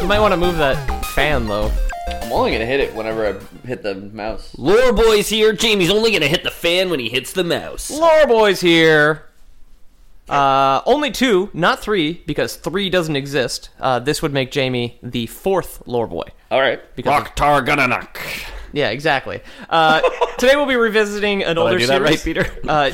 You might want to move that fan though. I'm only gonna hit it whenever I hit the mouse. Lore boys here. Jamie's only gonna hit the fan when he hits the mouse. Lore boys here. Uh, only two, not three, because three doesn't exist. Uh, this would make Jamie the fourth lore boy. All right. Because yeah, exactly. Uh, today we'll be revisiting an older do that series. right, Peter? Uh,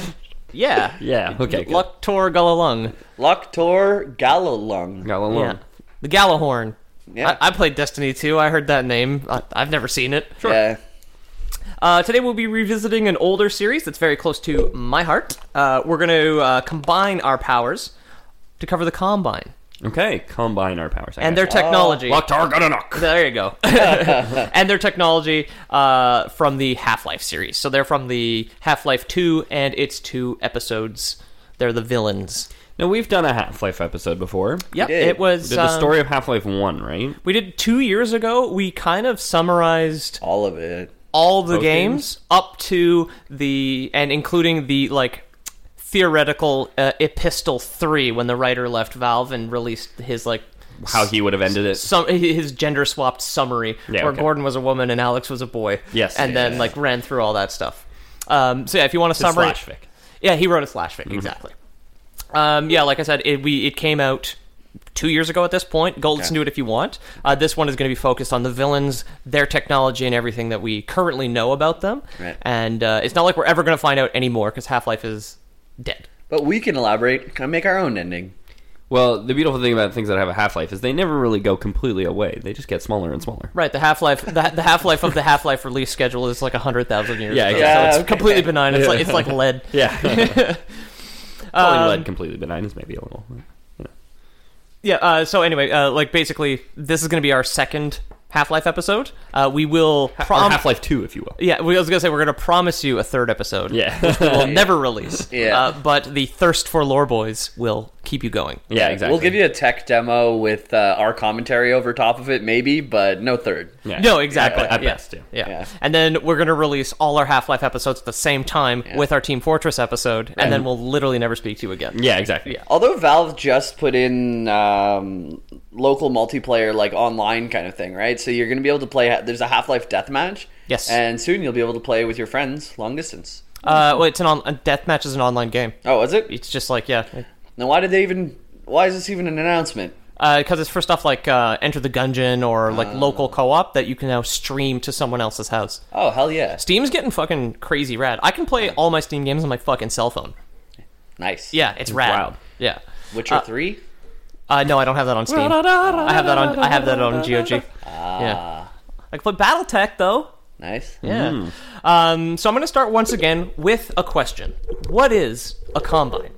yeah, Yeah. Okay. Good. Luctor Gullalung. Loctor Galalung. Got one Yeah, lung. the Gallahorn. Yeah. I, I played Destiny 2. I heard that name. I, I've never seen it. Yeah. Uh, today we'll be revisiting an older series that's very close to my heart. Uh, we're going to uh, combine our powers to cover the Combine Okay. Combine our powers. I and got their technology. you. Loctar gonna knock. There you go. and their technology uh, from the Half Life series. So they're from the Half Life 2 and its two episodes. They're the villains. Now we've done a Half Life episode before. Yep, did. it was. We did the um, story of Half Life One, right? we did two years ago. We kind of summarized All of it. all the Both games, up to the and including the like theoretical uh, epistle 3 when the writer left valve and released his like How he would have ended it. some his gender swapped summary Yeah, where okay. Gordon was a woman and Alex was a boy. Yes. and then like ran through all that stuff. Um, so yeah, if you want a summary, slash fic. Mm-hmm. Yeah, he wrote a slash fic exactly. Um, yeah, like I said, it, we it came out two years ago at this point. Go listen to it if you want. Uh, this one is going to be focused on the villains, their technology, and everything that we currently know about them. Right. And uh, it's not like we're ever going to find out anymore because Half Life is dead. But we can elaborate and make our own ending. Well, the beautiful thing about things that have a half life is they never really go completely away. They just get smaller and smaller. Right, the Half Life, the, the Half Life of the Half Life release schedule is like hundred thousand years. Yeah, ago, yeah, so it's okay. completely benign. It's like it's like lead. Yeah. Calling Um, lead completely benign is maybe a little. Yeah. Uh, so anyway, uh, like basically, this is going to be our second Half Life episode. Uh, we will prom- Half Life Two, if you will. Yeah, we I was going to say we're going to promise you a third episode. Yeah. We'll never release. Yeah. Uh, but the thirst for lore boys will keep you going. yeah. Exactly. We'll give you a tech demo with uh, our commentary over top of it, maybe, but no third. Yeah. No, exactly. At yeah. best, yeah. Yeah. Yeah. And then we're going to release all our Half Life episodes at the same time with our Team Fortress episode, and then we'll literally never speak to you again. Yeah. Exactly. Yeah. Although Valve just put in um, local multiplayer, like online kind of thing, right? So you're going to be able to play. There's a Half Life deathmatch. Yes. And soon you'll be able to play with your friends long distance. Uh, well, it's an on- a deathmatch is an online game. Oh, is it? It's just like, yeah. Then why did they even. Why is this even an announcement? Because it's for stuff like uh, Enter the Gungeon or like local co op that you can now stream to someone else's house. Oh, hell yeah. Steam's getting fucking crazy rad. I can play all my Steam games on my fucking cell phone. Nice. Yeah, it's rad. wild. Yeah. Witcher 3? Uh, no, I don't have that on Steam. I have that on. I have that on GOG. Yeah. I can play BattleTech though. Nice. Yeah. Um, so I'm going to start once again with a question. What is a combine?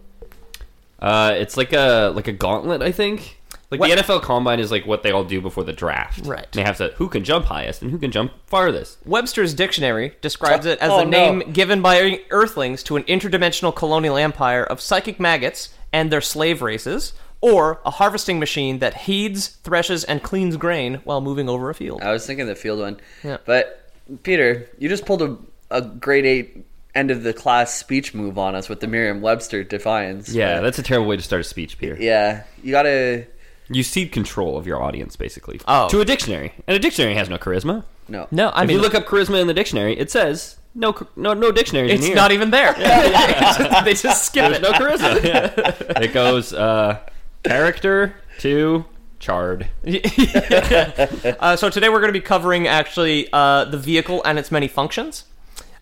Uh, it's like a like a gauntlet, I think. Like What- the NFL Combine is like what they all do before the draft. Right. They have to who can jump highest and who can jump farthest. Webster's dictionary describes it as Oh, the name no. given by Earthlings to an interdimensional colonial empire of psychic maggots and their slave races, or a harvesting machine that heeds, threshes, and cleans grain while moving over a field. I was thinking the field one. Yeah. But Peter, you just pulled a, a grade eight end of the class speech move on us with the Merriam Webster defiance. Yeah, But- that's a terrible way to start a speech, Peter. yeah. You gotta You cede control of your audience basically. Oh. To a dictionary. And a dictionary has no charisma. no. No, I if mean you look up charisma in the dictionary, it says no ch- no no dictionaries in It's here. not even there. they just skip There's it. no charisma. Yeah. It goes uh, character to charred. Uh, so today we're going to be covering actually uh, the vehicle and its many functions.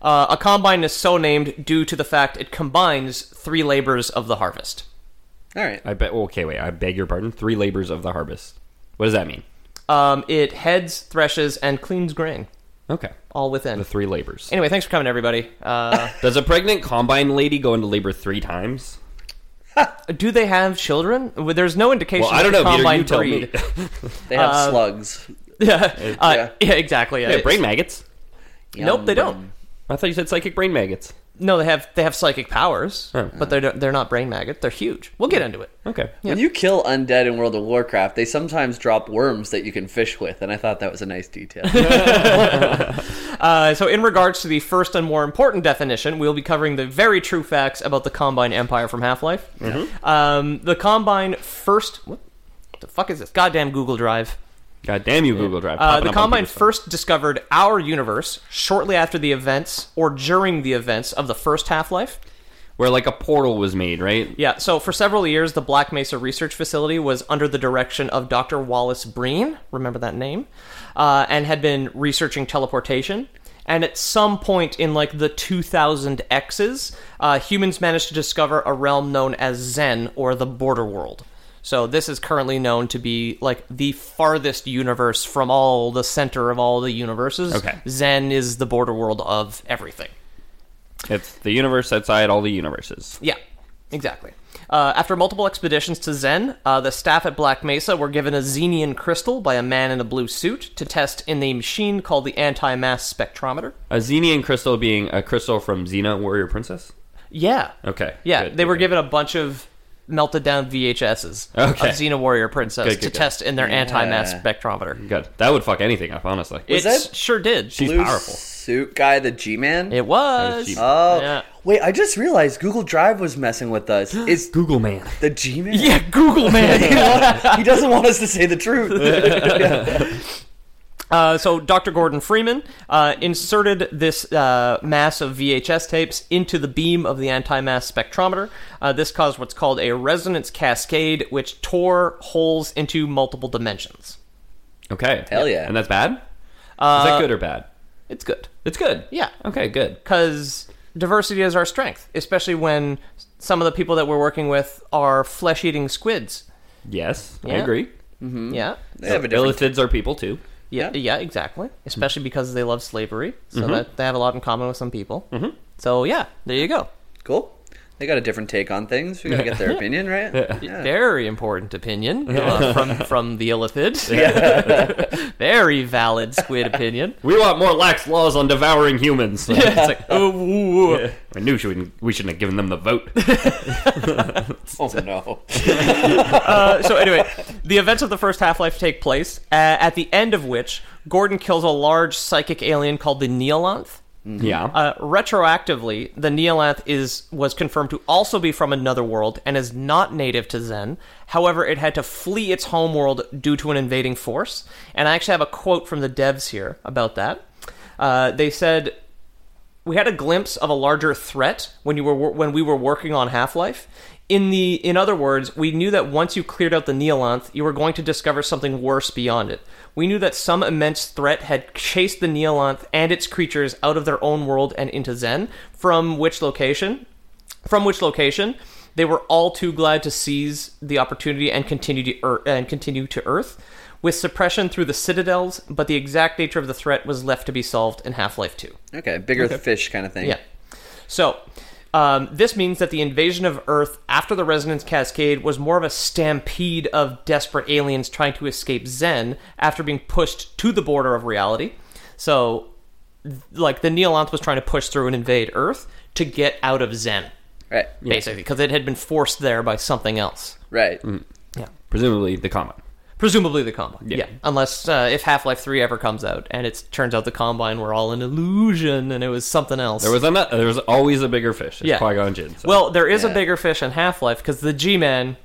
Uh, a combine is so named due to the fact it combines three labors of the harvest. All right. I bet. Okay, wait. I beg your pardon. Three labors of the harvest. What does that mean? Um, it heads, threshes, and cleans grain, Okay, all within. the three labors. Anyway, thanks for coming, everybody. Uh, Does a pregnant combine lady go into labor three times? do they have children? Well, There's no indication. Well, I that don't know. the Peter, Combine you tell me. breed. They have Uh, slugs. yeah. Uh, yeah. exactly. yeah, Yeah. brain Um, maggots. nope, they Yum. don't. I thought you said psychic brain maggots. No, they have they have psychic powers, but they're they're not brain maggots. They're huge. We'll get into it. Okay. When you kill undead in World of Warcraft, they sometimes drop worms that you can fish with, and I thought that was a nice detail. Uh, so, in regards to the first and more important definition, we'll be covering the very true facts about the Combine Empire from Half Life. Mm-hmm. Um, the Combine first. What the fuck is this? Goddamn Google Drive. God damn you, Google Uh, Drive. popping the up on Combine people's phone. first discovered our universe shortly after the events or during the events of the first Half Life. where like a portal was made, right? Yeah, so for several years, the Black Mesa Research Facility was under the direction of Dr. Wallace Breen, remember that name, uh, and had been researching teleportation. And at some point in like the 2000 X's, uh, humans managed to discover a realm known as Zen or the Border World. So this is currently known to be like the farthest universe from all the center of all the universes. Okay. Zen is the border world of everything. It's the universe outside all the universes. Yeah, exactly. Uh, after multiple expeditions to Zen, uh, the staff at Black Mesa were given a xenian crystal by a man in a blue suit to test in a machine called the anti mass spectrometer. A Xenian crystal being a crystal from Xena Warrior Princess. Yeah. Okay, Yeah, good, they good, were good. given a bunch of melted down VHSs Okay. of Xena Warrior Princess Good, good, to good. test in their anti mass spectrometer. Good. That would fuck anything up, honestly. It that- sure did. She's Blue powerful. suit guy, the G Man. it was. cheap. Oh, Yeah. wait! I just realized Google Drive was messing with us. Is Google man. the G Man? Yeah, Google man. he doesn't want us to say the truth. Uh, so Dr. Gordon Freeman uh, inserted this uh, mass of VHS tapes into the beam of the anti-mass spectrometer. Uh, this caused what's called a resonance cascade, which tore holes into multiple dimensions. Okay. Hell yeah. And that's bad? Uh, Is that good or bad? It's good It's good. Yeah. Okay, good. because diversity is our strength, especially when some of the people that we're working with are flesh-eating squids. Yes, I Yeah. agree. Mm-hmm. Yeah. they have a different. Illithids are people too. Yeah, yeah, exactly. Especially because they love slavery, so that they have a lot in common with some people. Mm-hmm. So yeah, there you go. Cool. They got a different take on things. We gotta get their opinion, right? Yeah. Very important opinion uh, from from the illithid. Very valid squid opinion. We want more lax laws on devouring humans. It's like, oh, Ooh, ooh, ooh. I knew she wouldn't, we shouldn't have given them the vote. Oh no. Uh, so anyway, the events of the first Half Life take place, uh, at the end of which Gordon kills a large psychic alien called the Neolanth. yeah. Uh, retroactively, the Neolanth is was confirmed to also be from another world and is not native to Zen. However, it had to flee its home world due to an invading force. And I actually have a quote from the devs here about that. Uh, they said, "We had a glimpse of a larger threat when you were when we were working on Half Life." In the in other words, we knew that once you cleared out the Neolanth, you were going to discover something worse beyond it. We knew that some immense threat had chased the Neolanth and its creatures out of their own world and into Zen, from which location from which location they were all too glad to seize the opportunity and continue to ear- and continue to Earth with suppression through the citadels, but the exact nature of the threat was left to be solved in Half-Life 2. Okay, bigger fish kind of thing. Yeah. So, um, this means that the invasion of Earth after the Resonance Cascade was more of a stampede of desperate aliens trying to escape Zen after being pushed to the border of reality. So, th- like, the Neolanth was trying to push through and invade Earth to get out of Zen, Right. basically, because it had been forced there by something else. Right. Mm. Presumably the common. Presumably the Combine. Yeah. Unless, uh, if Half Life 3 ever comes out and it turns out the Combine were all an illusion and it was something else. There was, ano- there was always a bigger fish. It's Yeah. Qui-Gon Jinn. so- Well, there is a Yeah. bigger fish in Half Life because the G Man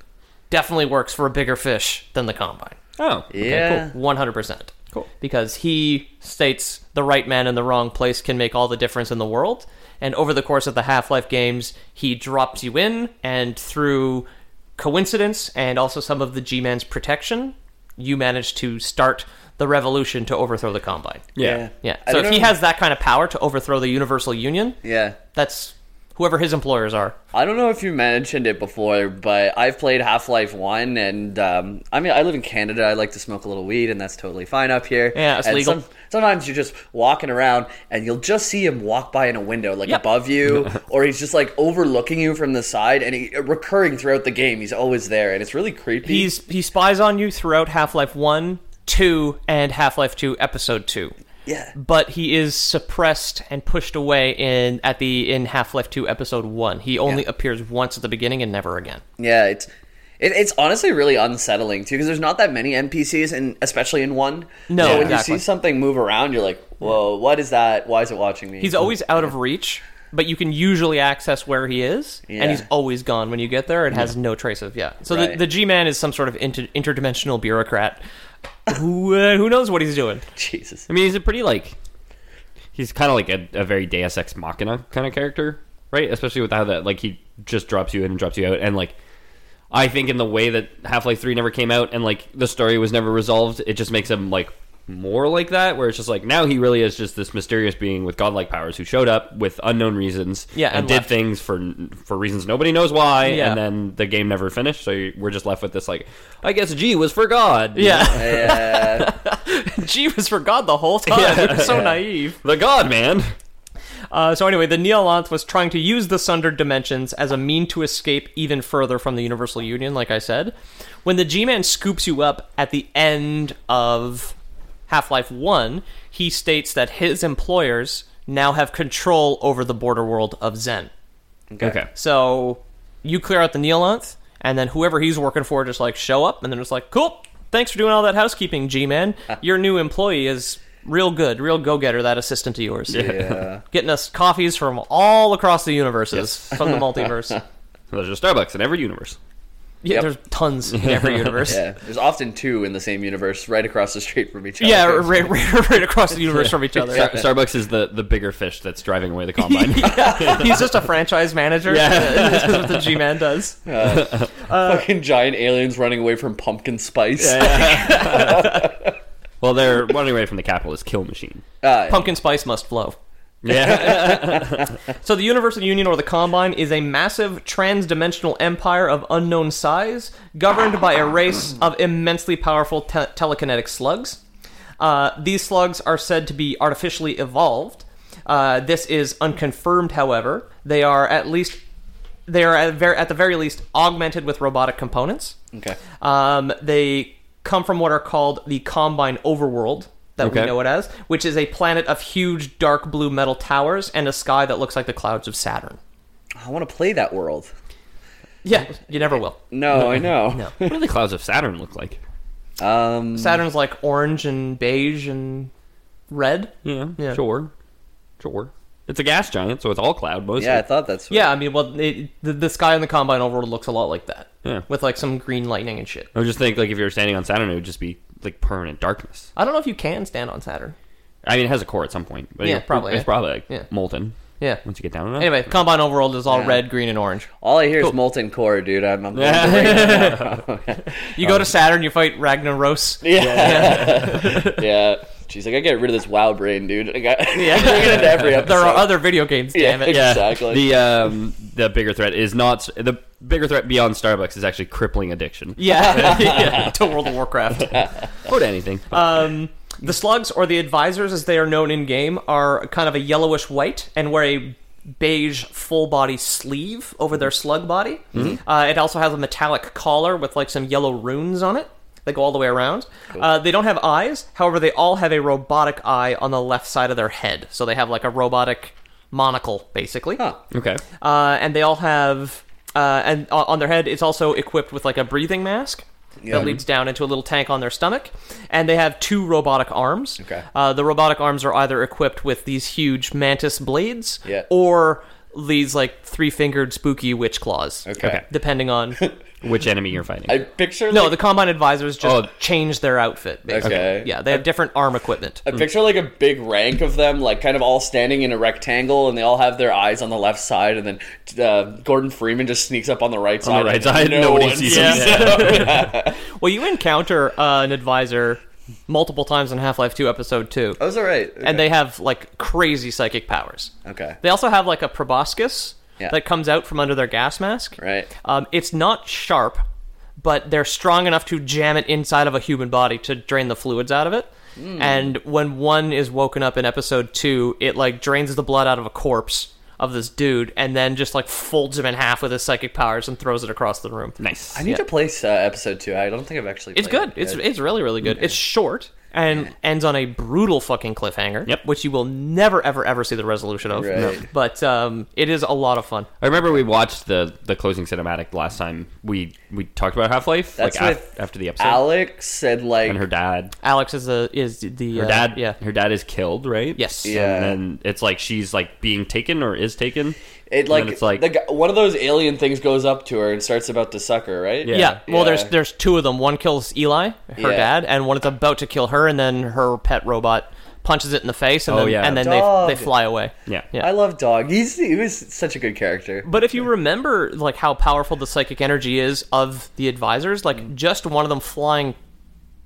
definitely works for a bigger fish than the Combine. oh, okay, Yeah. cool. 100%. Cool. Because he states the right man in the wrong place can make all the difference in the world. And over the course of the Half Life games, he drops you in, and through coincidence and also some of the G Man's protection, you manage to start the revolution to overthrow the Combine. Yeah. Yeah. Yeah. I So don't if he know- has that kind of power to overthrow the Universal Union, Yeah. that's whoever his employers are. I don't know if you mentioned it before, but I've played Half Life One, and um, I mean, I live in Canada. I like to smoke a little weed, and that's totally fine up here. Yeah, it's And legal. sometimes you're just walking around, and you'll just see him walk by in a window, like Yep. above you, or he's just like overlooking you from the side, and he, recurring throughout the game. He's always there, and it's really creepy. He's he spies on you throughout Half Life One, Two, and Half Life Two Episode Two. yeah, But he is suppressed and pushed away in at the in Half Life Two Episode One. He only appears once at the beginning and never again. yeah. It's it, it's honestly really unsettling too, because there's not that many NPCs, and especially in one. No, So when exactly. you see something move around, you're like, "Whoa, what is that? Why is it watching me?" He's always out of reach, but you can usually access where he is, Yeah. and he's always gone when you get there and has no trace of yeah. So Right. the, the G Man is some sort of inter- interdimensional bureaucrat who uh, who knows what he's doing. Jesus. I mean, he's a pretty like he's kind of like a, a very Deus Ex Machina kind of character, right? Especially with how that like he just drops you in and drops you out, and like I think in the way that Half Life Three never came out, and like the story was never resolved, it just makes him like more like that, where it's just like now he really is just this mysterious being with godlike powers who showed up with unknown reasons, Yeah, and, and did left. things for for reasons nobody knows why, Yeah. and then the game never finished, so you- we're just left with this like I guess G was for God, Yeah, Yeah. G was for God the whole time. We're so naive. the God man. Uh, so anyway, the Neolanth was trying to use the sundered dimensions as a mean to escape even further from the Universal Union, like I said. When the G-Man scoops you up at the end of Half-Life 1, he states that his employers now have control over the border world of Zen. okay. So you clear out the Neolanth, and then whoever he's working for just like show up, and then it's like, cool, thanks for doing all that housekeeping, G-Man. Your new employee is real good, real go-getter, that assistant of yours. Yeah. getting us coffees from all across the universes from the multiverse. Well, There's a Starbucks in every universe. Yeah, Yep. there's tons in every universe. Yeah. There's often two in the same universe right across the street from each other. Yeah, right, right, right across the universe from each other. Star- Starbucks is the, the bigger fish that's driving away the combine. Yeah, He's just a franchise manager. Yeah. That's what the G Man does. Fucking giant aliens running away from pumpkin spice. well, they're running away from the capitalist kill machine. Pumpkin spice must flow. Yeah, So, the Universal Union or the Combine is a massive trans dimensional empire of unknown size, governed by a race of immensely powerful te- telekinetic slugs. Uh, these slugs are said to be artificially evolved. Uh, this is unconfirmed, however. They are at least they are at, ver- at the very least augmented with robotic components. Okay. Um, they come from what are called the Combine Overworld that we Okay. know it as, which is a planet of huge dark blue metal towers and a sky that looks like the clouds of Saturn. I want to play that world. Yeah, you never will. No, I know. what do the clouds of Saturn look like? Um, Saturn's like orange and beige and red. Yeah, Yeah. sure, sure. It's a gas giant, so it's all cloud mostly. yeah, I thought that's. what- Yeah, I mean, well, it, the, the sky in the Combine Overworld looks a lot like that. Yeah. With like some green lightning and shit. I would just think like if you were standing on Saturn, it would just be like permanent darkness. I don't know if you can stand on Saturn. I mean, it has a core at some point, but Yeah, it- probably, it's yeah. probably like, Yeah. molten. Yeah. Once you get down enough. Anyway, Combine Overworld is all red, green, and orange. All I hear is molten core, dude. I'm. I'm yeah. You Oh. go to Saturn, you fight Ragnaros. yeah. Jeez, I gotta get rid of this wow brain, dude. I got. Yeah. into every episode. There are other video games, damn it. Yeah, Exactly. The um, the bigger threat is not the bigger threat beyond Starbucks is actually crippling addiction. Yeah. yeah. To World of Warcraft. Or to anything. Uh, The slugs, or the advisors as they are known in game, are kind of a yellowish white and wear a beige full body sleeve over their slug body. Uh, it also has a metallic collar with like some yellow runes on it that go all the way around. Uh, they don't have eyes, however, they all have a robotic eye on the left side of their head. So they have like a robotic monocle, basically. okay. Uh, and they all have. Uh, and o- on their head, it's also equipped with like a breathing mask that leads down into a little tank on their stomach. And they have two robotic arms. Okay. Uh, the robotic arms are either equipped with these huge mantis blades Yeah. or these like three fingered spooky witch claws. Okay. Depending on. Which enemy you're fighting? I picture. No, like, the Combine advisors just Oh. change their outfit. Basically. Okay. Uh, Yeah, they have different arm equipment. I picture like a big rank of them, like kind of all standing in a rectangle, and they all have their eyes on the left side, and then uh, Gordon Freeman just sneaks up on the right side. on the right and side, no nobody one sees sees him. Well, you encounter uh, an advisor multiple times in Half Life 2 Episode 2. Oh, Those are right. and they have like crazy psychic powers. Okay. They also have like a proboscis, Yeah. that comes out from under their gas mask. Right. Um, it's not sharp, but they're strong enough to jam it inside of a human body to drain the fluids out of it. And when one is woken up in episode two, it like drains the blood out of a corpse of this dude, and then just like folds him in half with his psychic powers and throws it across the room. Nice. I need to place uh, episode two. I don't think I've actually. It's played good. it It's uh, yet. it's really really good. It's short and ends on a brutal fucking cliffhanger. Yep. Which you will never ever ever see the resolution of. Right. No. But um, it is a lot of fun. I remember we watched the the closing cinematic last time we we talked about Half Life. That's like af- with after the episode. Alex said like and her dad. Alex is the is the Her uh, dad. Yeah. Her dad is killed, right? Yes. Yeah. And then it's like she's like being taken or is taken. it And like, then it's like the gu- one of those alien things goes up to her and starts about to suck her, right? Yeah. Yeah. Well, there's Yeah. there's two of them. One kills Eli, her Yeah. dad, and one is about to kill her, and then her pet robot punches it in the face, and Oh, then yeah. and then Dog. they they fly away. Yeah. Yeah. I love Dog. He's he was such a good character. But if you remember, like how powerful the psychic energy is of the advisors, like just one of them flying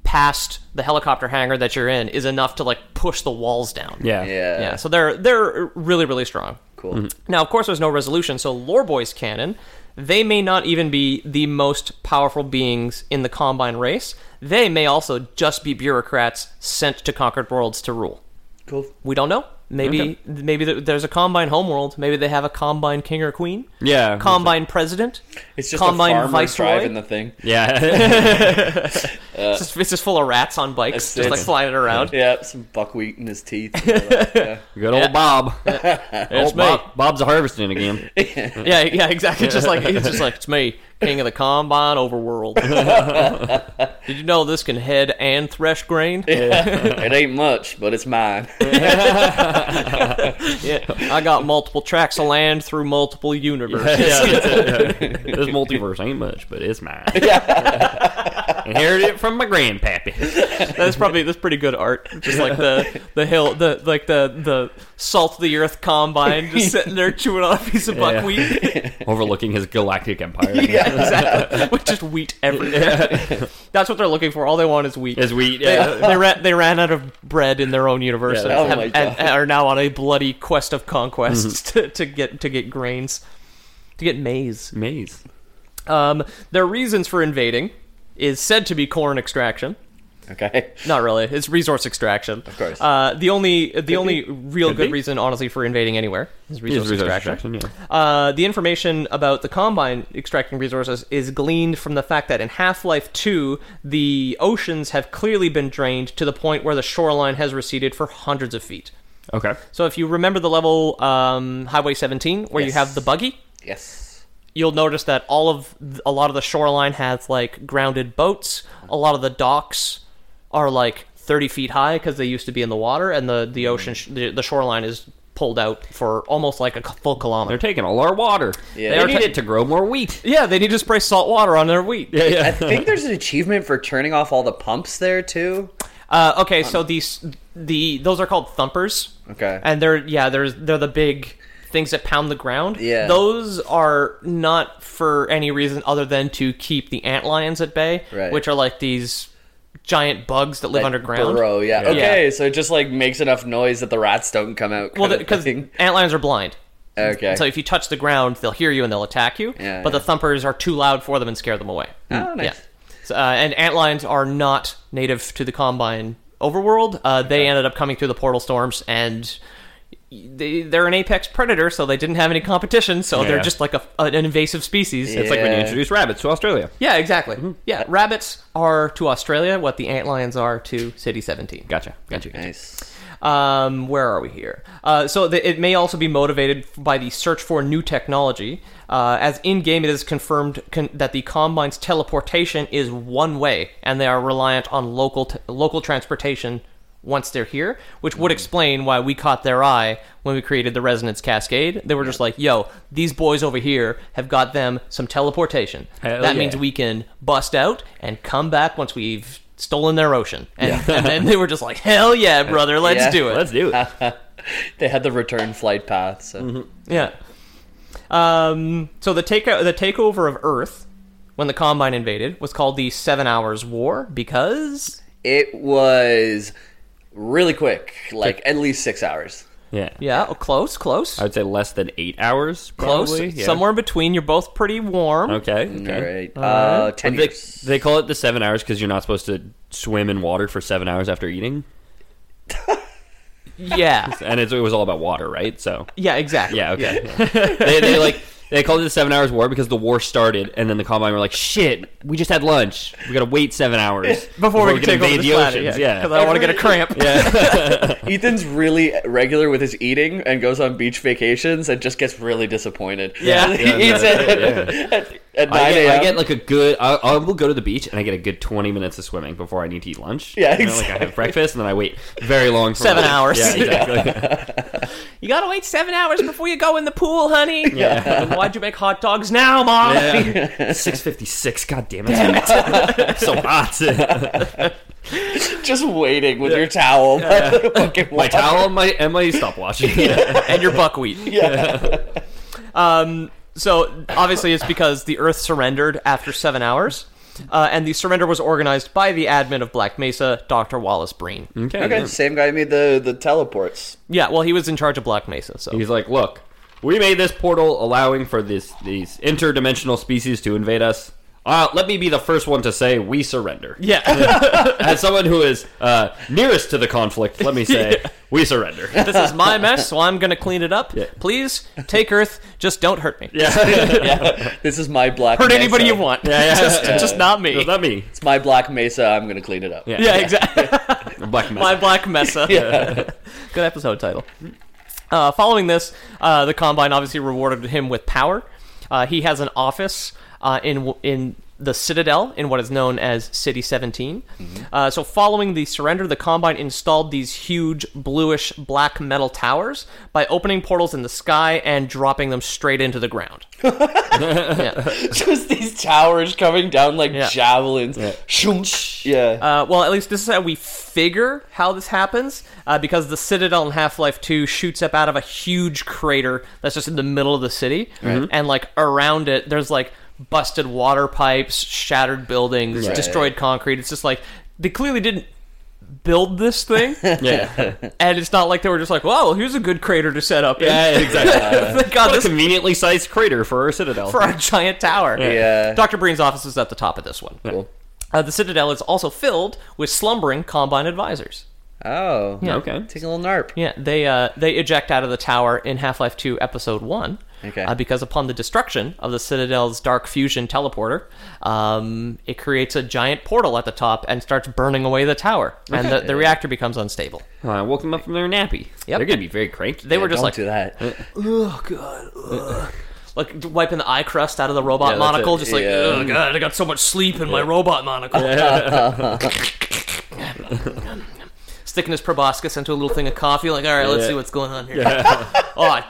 past the helicopter hangar that you're in is enough to like push the walls down. yeah. yeah. yeah. So they're they're really really strong. cool. Now, of course, there's no resolution, so Loreboy's canon, they may not even be the most powerful beings in the Combine race. They may also just be bureaucrats sent to conquered worlds to rule. Cool. We don't know. Maybe maybe th- there's a Combine homeworld. Maybe they have a Combine king or queen. Yeah. Combine president. It's just Combine a farmer viceroy? driving the thing. Yeah. It's just, it's just full of rats on bikes, It's- just like it's- flying it around. Yeah, some buckwheat in his teeth. Yeah. Good old Bob. It's old me. Bob. Bob's a harvesting again. Yeah, yeah, exactly. Just like it's just like it's me, king of the combine overworld. Did you know this can head and thresh grain? it ain't much, but it's mine. Yeah, I got multiple tracks of land through multiple universes. This multiverse ain't much, but it's mine. Inherited it from my grandpappy. That's probably that's pretty good art. Just like the the hill, the like the the salt of the earth combine, just sitting there chewing on a piece of buckwheat. Overlooking his galactic empire. exactly. With just wheat everywhere. That's what they're looking for. All they want is wheat. As we they, yeah. they ran they ran out of bread in their own universe Yeah, and, that's- Oh my and- God. and are now on a bloody quest of conquests Mm-hmm. to, to get to get grains to get maize maze. um, their reasons for invading is said to be corn extraction okay. not really it's resource extraction of course. uh, the only the only real Could good be. reason honestly for invading anywhere is resource, His resource extraction extraction, yeah. uh, the information about the Combine extracting resources is gleaned from the fact that in Half Life 2, the oceans have clearly been drained to the point where the shoreline has receded for hundreds of feet. Okay. So if you remember the level um, Highway 17, where you Yes. have the buggy, Yes. you'll notice that all of a lot of the shoreline has like grounded boats. A lot of the docks are like 30 feet high because they used to be in the water, and the the ocean, sh- the, the shoreline is pulled out for almost like a full kilometer. They're taking all our water. They They are need ta- it to grow more wheat. Yeah, they need to spray salt water on their wheat. I think there's an achievement for turning off all the pumps there too. Uh, okay, so these the those are called thumpers. Okay. And they're yeah, there's they're the big things that pound the ground. Yeah. Those are not for any reason other than to keep the ant lions at bay, Right. which are like these giant bugs that live underground. Burrow, yeah. Yeah. Okay, so it just like makes enough noise that the rats don't come out. Well, kind of because thing. ant lions are blind. okay. So if you touch the ground, they'll hear you and they'll attack you. Yeah, but the yeah. thumpers are too loud for them and scare them away. Oh, nice. Yeah. So, uh, and antlions are not native to the Combine overworld. Uh, they ended up coming through the portal storms, and they, they're an apex predator, so they didn't have any competition, so they're Yeah. just like a, an invasive species. It's like when you Yeah. introduce rabbits to Australia. Yeah, exactly. Yeah, rabbits are to Australia what the antlions are to City 17. Gotcha. Gotcha. gotcha. nice. Um, where are we here? Uh, so the, it may also be motivated by the search for new technology. Uh, as in game, it is confirmed con- that the Combine's teleportation is one way, and they are reliant on local t- local transportation once they're here, which Mm-hmm. would explain why we caught their eye when we created the Resonance Cascade. They were just like, "Yo, these boys over here have got them some teleportation. Hell that yeah. means we can bust out and come back once we've." Stolen their ocean, and, and then they were just like, "Hell yeah, brother! Let's Yeah. do it. Let's do it. They had the return flight path. So. Mm-hmm. Yeah. Um, so the take the takeover of Earth when the Combine invaded was called the Seven Hours War because It was really quick, like at least six hours. Yeah. Yeah, oh, close, close, I would say less than eight hours. close. Probably. yeah. Somewhere in between. You're both pretty warm. Okay. All okay. right. Uh, ten They, years. they call it the seven hours because you're not supposed to swim in water for seven hours after eating, Yeah, and it's, it was all about water, right? So yeah, exactly. yeah, okay. they, they like they called it the seven hours war because the war started, and then the combine were like, "Shit, we just had lunch. We gotta wait seven hours Before, we, can take invade over this planet, yeah, because I want to get a cramp. Ethan's really regular with his eating and goes on beach vacations and just gets really disappointed. Yeah. he eats at, at, at I nine get, a.m. I get like a good. I, I will go to the beach and I get a good twenty minutes of swimming before I need to eat lunch. Yeah, You know, like I have breakfast and then I wait very long. For Seven lunch. hours. Yeah, exactly. You gotta wait seven hours before you go in the pool, honey. Yeah. Why'd you make hot dogs now, mom? Six fifty six. God damn it! It's so hot. just waiting with your towel. by the fucking my water. towel, my and my stopwatch. and your buckwheat. Yeah. um, so obviously, it's because the Earth surrendered after seven hours, uh, and the surrender was organized by the admin of Black Mesa, Dr. Wallace Breen. Okay, same guy made the the teleports. Yeah, well, he was in charge of Black Mesa, so He's like, look, we made this portal allowing for this these interdimensional species to invade us. Uh, let me be the first one to say we surrender. yeah, As someone who is uh, nearest to the conflict, let me say we surrender. this is my mess, so I'm gonna clean it up. Yeah. Please take Earth, just don't hurt me. This is my black. Hurt mesa. anybody you want, yeah. just just not me. It's not me. It's my black mesa. I'm gonna clean it up. yeah, exactly. Black Mesa. My Black Mesa. Good episode title. Uh, following this, uh, the Combine obviously rewarded him with power. Uh, he has an office uh, in in the Citadel in what is known as City 17. Uh, so, following the surrender, the Combine installed these huge bluish black metal towers by opening portals in the sky and dropping them straight into the ground. just these towers coming down like Yeah. javelins. Shoom. Yeah. Uh, well, at least this is how we figure how this happens, uh, because the Citadel in Half Life 2 shoots up out of a huge crater that's just in the middle of the city. And, like, around it, there's, like, busted water pipes, shattered buildings, destroyed concrete. It's just like, they clearly didn't build this thing. yeah. and it's not like they were just like, wow, well, here's a good crater to set up. in." yeah, exactly. Thank God, What a this conveniently sized crater for our citadel. for our giant tower. Yeah. Dr. Breen's office is at the top of this one. Cool. Uh, the Citadel is also filled with slumbering Combine advisors. Oh. okay. Take a little narp. Yeah, they uh, they eject out of the tower in Half Life Two, Episode One. Okay. Uh, because upon the destruction of the Citadel's dark fusion teleporter, um, it creates a giant portal at the top and starts burning away the tower, and the, the reactor becomes unstable. I woke them up from their nappy. Yep. They're gonna be very cranky. They were just Don't like, do that. like wiping the eye crust out of the robot Yeah, that's monocle, it. just like, Yeah. oh god, I got so much sleep in my robot monocle. Sticking his proboscis into a little thing of coffee, like, all right, let's Yeah. see what's going on here. oh,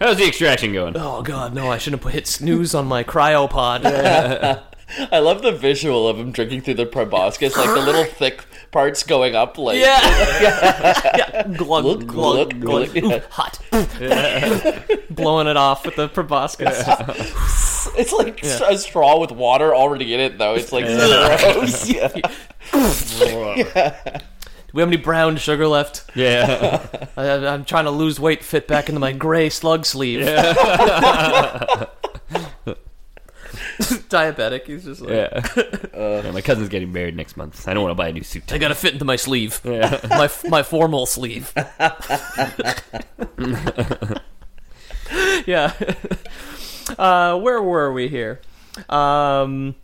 How's the extraction going? Oh god, no! I shouldn't have hit snooze on my cryopod. I love the visual of him drinking through the proboscis, like the little thick parts going up. Like Yeah, yeah. Glug, Look, glug, look, glug. look. Ooh, hot. Blowing it off with the proboscis. it's like a straw with water already in it, though. It's like so gross. Yeah. Do we have any brown sugar left? Yeah. I, I- I'm trying to lose weight, fit back into my gray slug sleeve. Diabetic. He's just like, Yeah. Yeah, my cousin's getting married next month. I don't want to buy a new suit. I gotta fit into my sleeve. my my formal sleeve. yeah. Uh, where were we here? Um,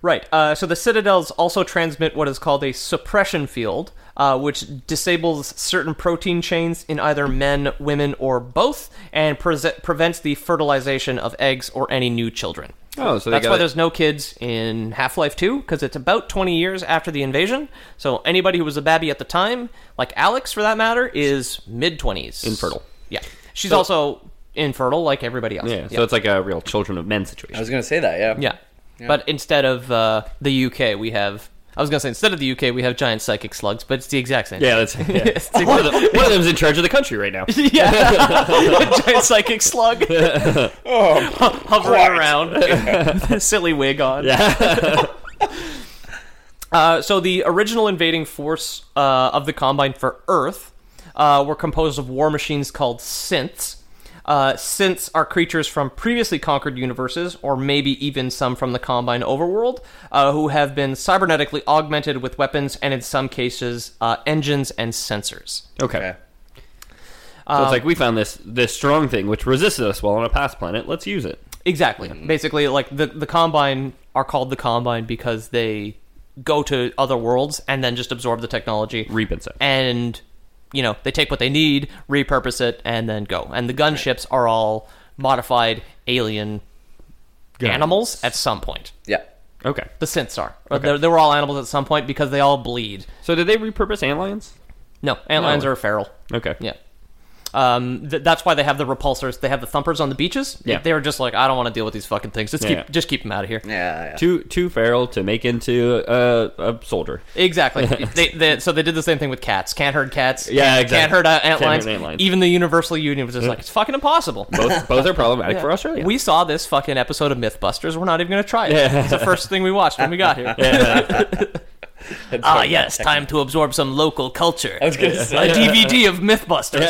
right. Uh, so the citadels also transmit what is called a suppression field, uh, which disables certain protein chains in either men, women, or both, and prese- prevents the fertilization of eggs or any new children. Oh, so they That's got why it. there's no kids in Half Life 2, because it's about 20 years after the invasion. So anybody who was a babby at the time, like Alex for that matter, is mid 20s. Infertile. Yeah. She's also infertile, like everybody else. Yeah, so it's like a real children of men situation. I was gonna say that. Yeah. Yeah. But instead of uh, the UK, we have. I was going to say, instead of the UK, we have giant psychic slugs, but it's the exact same. yeah, that's yeah. one, of the, one of them's in charge of the country right now. Yeah. giant psychic slug. Hovering around. Silly wig on. Uh, so the original invading force uh, of the Combine for Earth uh, were composed of war machines called synths. Uh, synths are creatures from previously conquered universes, or maybe even some from the Combine overworld, uh, who have been cybernetically augmented with weapons and, in some cases, uh, engines and sensors. Okay. So it's like we found this this strong thing which resisted us well on a past planet. Let's use it. Exactly. Mm-hmm. Basically, like the the combine are called the combine because they go to other worlds and then just absorb the technology, Reap and sow. and you know they take what they need, repurpose it, and then go. And the gunships are all modified alien animals at some point. Yeah. Okay. The synths are. Or They, they were all animals at some point because they all bleed. So did they repurpose antlions? No, antlions No. are feral. Okay. Yeah. Um, th- that's why they have the repulsors. They have the thumpers on the beaches. Yeah. They were just like, I don't want to deal with these fucking things. Just Yeah. keep, just keep them out of here. Yeah. yeah. Too too feral to make into a, a soldier. Exactly. they, they, so they did the same thing with cats. Can't herd cats. Yeah, can't, exactly. Can't herd uh, Can't antlines. herd antlines. Even the Universal Union was just like, it's fucking impossible. Both both are problematic for Australia. We saw this fucking episode of MythBusters. We're not even going to try it. It's the first thing we watched when we got here. ah, yes, time to absorb some local culture. I was gonna a say. DVD of MythBusters.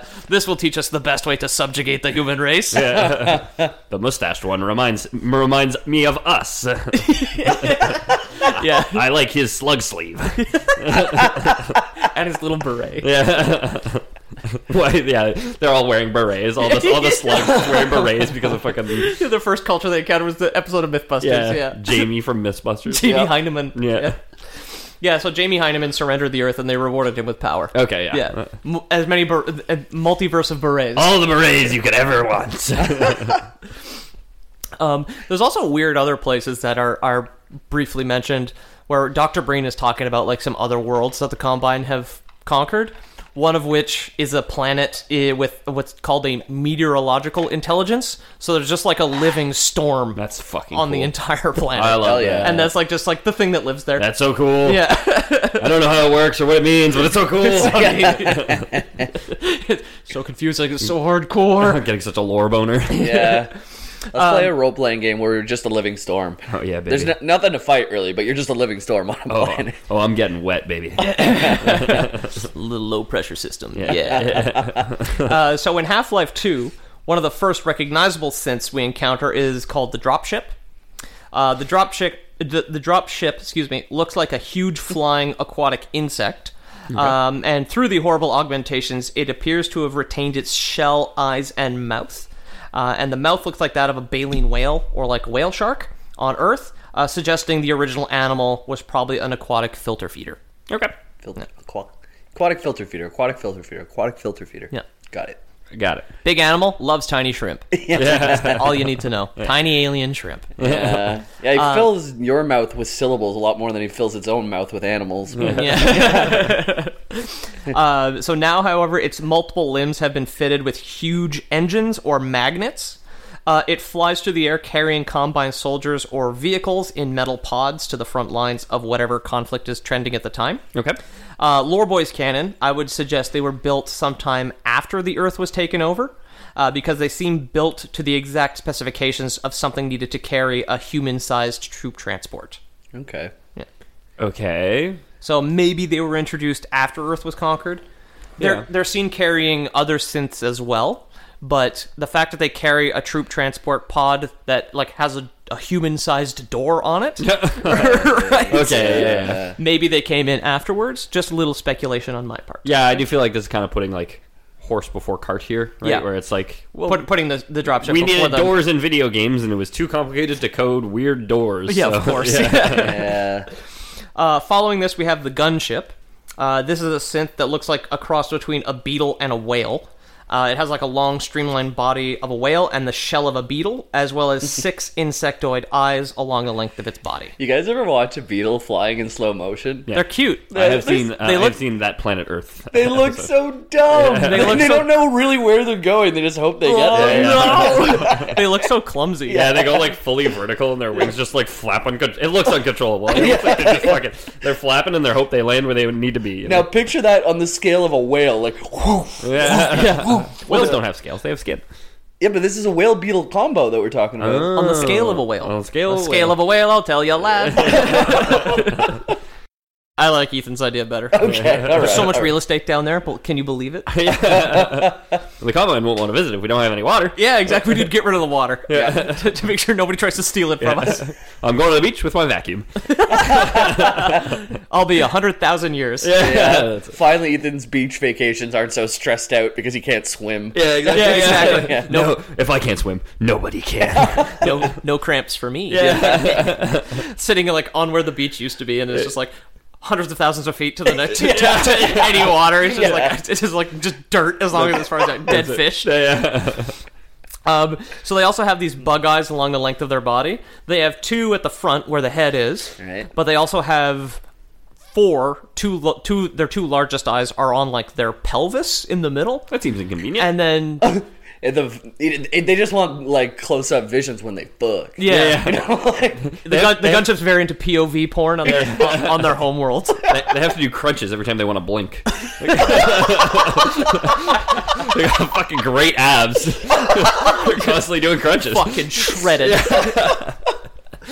Ooh. this will teach us the best way to subjugate the human race. the mustached one reminds m- reminds me of us. Yeah. I like his slug sleeve. and his little beret. Why- yeah, they're all wearing berets. All the all the slugs wearing berets because of fucking yeah, The first culture they encountered was the episode of MythBusters. Yeah, Jamie from Mythbusters. Jamie Heineman. Yeah. yeah. Yeah, so Jamie Heineman surrendered the Earth, and they rewarded him with power. Okay, yeah. Uh. Oh. yeah. M- as many ber- uh, multiverse of berets. All the berets you could ever want. Um, there's also weird other places that are are briefly mentioned where Doctor Brain is talking about like some other worlds that the Combine have conquered. One of which is a planet eh, with what's called a meteorological intelligence. So there's just like a living storm That's fucking on the cool. entire planet. I love Hell yeah. that. and that's like just like the thing that lives there. That's so cool. yeah. I don't know how it works or what it means, but it's so cool. so confusing. It's so Mm. hardcore. I'm getting such a lore boner. Yeah. Let's play a role playing game where you're just a living storm. Um, Oh, yeah, There's baby. no, nothing to fight really, but you're just a living storm on a planet. Oh, I'm getting wet, baby. Little low pressure system. Yeah. uh, so in Half Life 2, one of the first recognizable synths we encounter is called the dropship. Uh, the dropship, the, the dropship, excuse me, looks like a huge flying aquatic insect. Um, and through the horrible augmentations, it appears to have retained its shell, eyes, and mouth. Uh, and the mouth looks like that of a baleen whale or like a whale shark on Earth, uh, suggesting the original animal was probably an aquatic filter feeder. okay. Fil- aqua- Aquatic filter feeder, aquatic filter feeder, aquatic filter feeder. Yeah. Got it. Got it. Big animal loves tiny shrimp. That's all you need to know. Tiny alien shrimp. Uh, Yeah, he Um, fills your mouth with syllables a lot more than he fills its own mouth with animals. Mm-hmm. Yeah. uh, so now, however, its multiple limbs have been fitted with huge engines or magnets. Uh, it flies through the air carrying combine soldiers or vehicles in metal pods to the front lines of whatever conflict is trending at the time. Okay. Uh, Loreboy's cannon, I would suggest they were built sometime after the Earth was taken over, uh, because they seem built to the exact specifications of something needed to carry a human-sized troop transport. Okay. Okay. So maybe they were introduced after Earth was conquered. They're Yeah. they're seen carrying other synths as well, but the fact that they carry a troop transport pod that like has a, a human-sized door on it, right? Okay. Yeah, yeah. Maybe they came in afterwards. Just a little speculation on my part. Yeah, I do feel like this is kind of putting like horse before cart here, right? Yeah. Where it's like Put, putting the the dropship we before needed the doors in video games, and it was too complicated to code weird doors. Yeah, so- of course. Yeah. Uh, following this, we have the gunship. Uh, this is a synth that looks like a cross between a beetle and a whale. Uh, it has like a long, streamlined body of a whale and the shell of a beetle, as well as six insectoid eyes along the length of its body. You guys ever watch a beetle flying in slow motion? Yeah. They're cute. I have seen. Uh, they I've look- seen that Planet Earth. They look so dumb. They They, look so- don't know really where they're going. They just hope they get Oh, there. no! they look so clumsy. Yeah, they go like fully vertical, and their wings just like flap uncon It looks uncontrollable. It looks like they're just fucking. They're flapping, and they hope they land where they need to be. you Now know? picture that on the scale of a whale, like whoof. yeah. whales don't have scales; they have skin. Yeah, but this is a whale beetle combo that we're talking about. Oh. Oh, On the scale of a whale. On the scale The of a scale whale. of a whale, I'll tell you last. I like Ethan's idea better. Okay, all right, There's so much all right. real estate down there, but can you believe it? the common won't want to visit if we don't have any water. yeah, exactly. We need to get rid of the water to, to make sure nobody tries to steal it from us. I'm going to the beach with my vacuum. I'll be a hundred thousand years. Yeah, Finally, Ethan's beach vacations aren't so stressed out because he can't swim. yeah, exactly. Yeah, exactly. No, if I can't swim, nobody can. No, no cramps for me. Sitting like on where the beach used to be, and it's just like hundreds of thousands of feet to the next to, to any water. It's just like it's just like just dirt as long as as far as that dead fish. Um, so they also have these bug eyes along the length of their body. They have two at the front where the head is, Right. but they also have four. Two, lo- two. Their two largest eyes are on like their pelvis in the middle, that seems inconvenient. and then And The, it, it- they just want like close up visions when they fuck. yeah, You know, like- the, gun, the gunship's very into POV porn on their on, on their homeworld. they, they have to do crunches every time they want to blink. they got fucking great abs. They're constantly doing crunches. fucking shredded.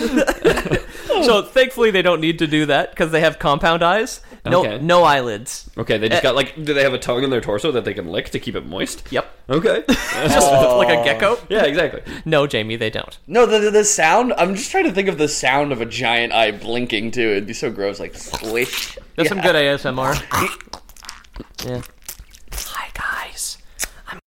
so thankfully they don't need to do that because they have compound eyes. No, Okay. no eyelids. Okay, they just got like. Do they have a tongue in their torso that they can lick to keep it moist? Yep, Okay. just like a gecko. yeah, exactly. No, Jamie, they don't. no, the, the the sound. I'm just trying to think of the sound of a giant eye blinking too. It'd be so gross, like squish. There's some good ASMR. yeah. Hi guys. I'm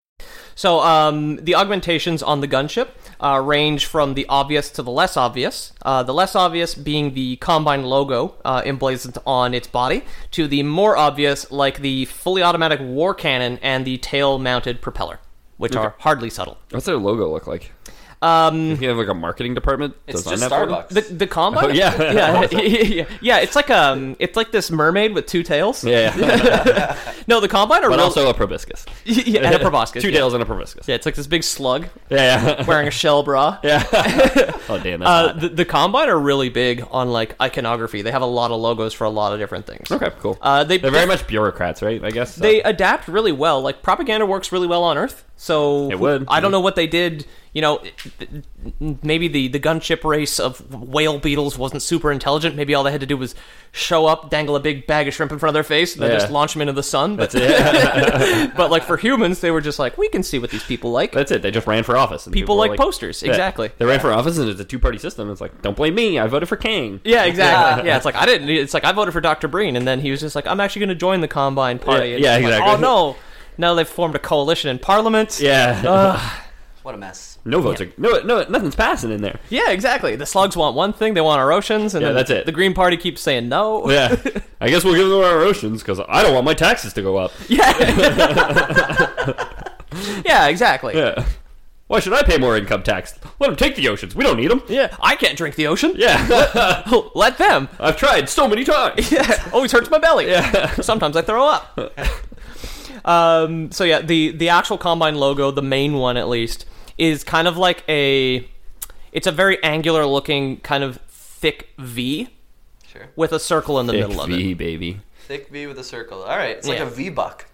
so um, the augmentations on the gunship uh, range from the obvious to the less obvious. Uh, the less obvious being the Combine logo uh, emblazoned on its body, to the more obvious like the fully automatic war cannon and the tail-mounted propeller, which are hardly subtle. What's their logo look like? Um, you have like a marketing department. It's designed just that for them? Starbucks. The the Combine. Oh, yeah. yeah, yeah, yeah. It's like um, it's like this mermaid with two tails. Yeah, yeah. No, the Combine are but real- also a proboscis. yeah, and a proboscis. Two yeah. tails and a proboscis. Yeah, it's like this big slug yeah. yeah. wearing a shell bra. oh damn, that's Uh, hot. the, the Combine are really big on like iconography. They have a lot of logos for a lot of different things. Okay, cool. Uh, they They're very much bureaucrats, right? I guess. so. they adapt really well. Like propaganda works really well on Earth. So It would. I don't know what they did. You know, maybe the the gunship race of whale beetles wasn't super intelligent. Maybe all they had to do was show up, dangle a big bag of shrimp in front of their face, and then Yeah. just launch them into the sun. But but like for humans, they were just like, we can see what these people like. That's it. They just ran for office. And People were like posters, exactly. They ran for office, and it's a two-party system. It's like, don't blame me. I voted for Kang. Yeah, exactly. Yeah, it's like I didn't. It's like I voted for Dr. Breen, and then he was just like, "I'm actually going to join the Combine Party." Yeah, And yeah, it's like, exactly. oh no! Now they've formed a coalition in Parliament. Yeah. Uh, What a mess. no votes. Are, no, no, nothing's passing in there. Yeah, exactly. The Slugs want one thing; they want our oceans, and Yeah, then that's it. The Green Party keeps saying no. Yeah. I guess we'll give them our oceans because I don't want my taxes to go up. yeah, Yeah, exactly. Yeah. Yeah. Why should I pay more income tax? Let them take the oceans. We don't need them. I can't drink the ocean. Yeah. Let them. I've tried so many times. Yeah, always hurts my belly. Sometimes I throw up. um, so yeah, the the actual combine logo, the main one at least, is kind of like a it's a very angular looking kind of thick V Sure. with a circle in the middle of it. baby. Thick V with a circle. All right, it's like Yeah. a V buck.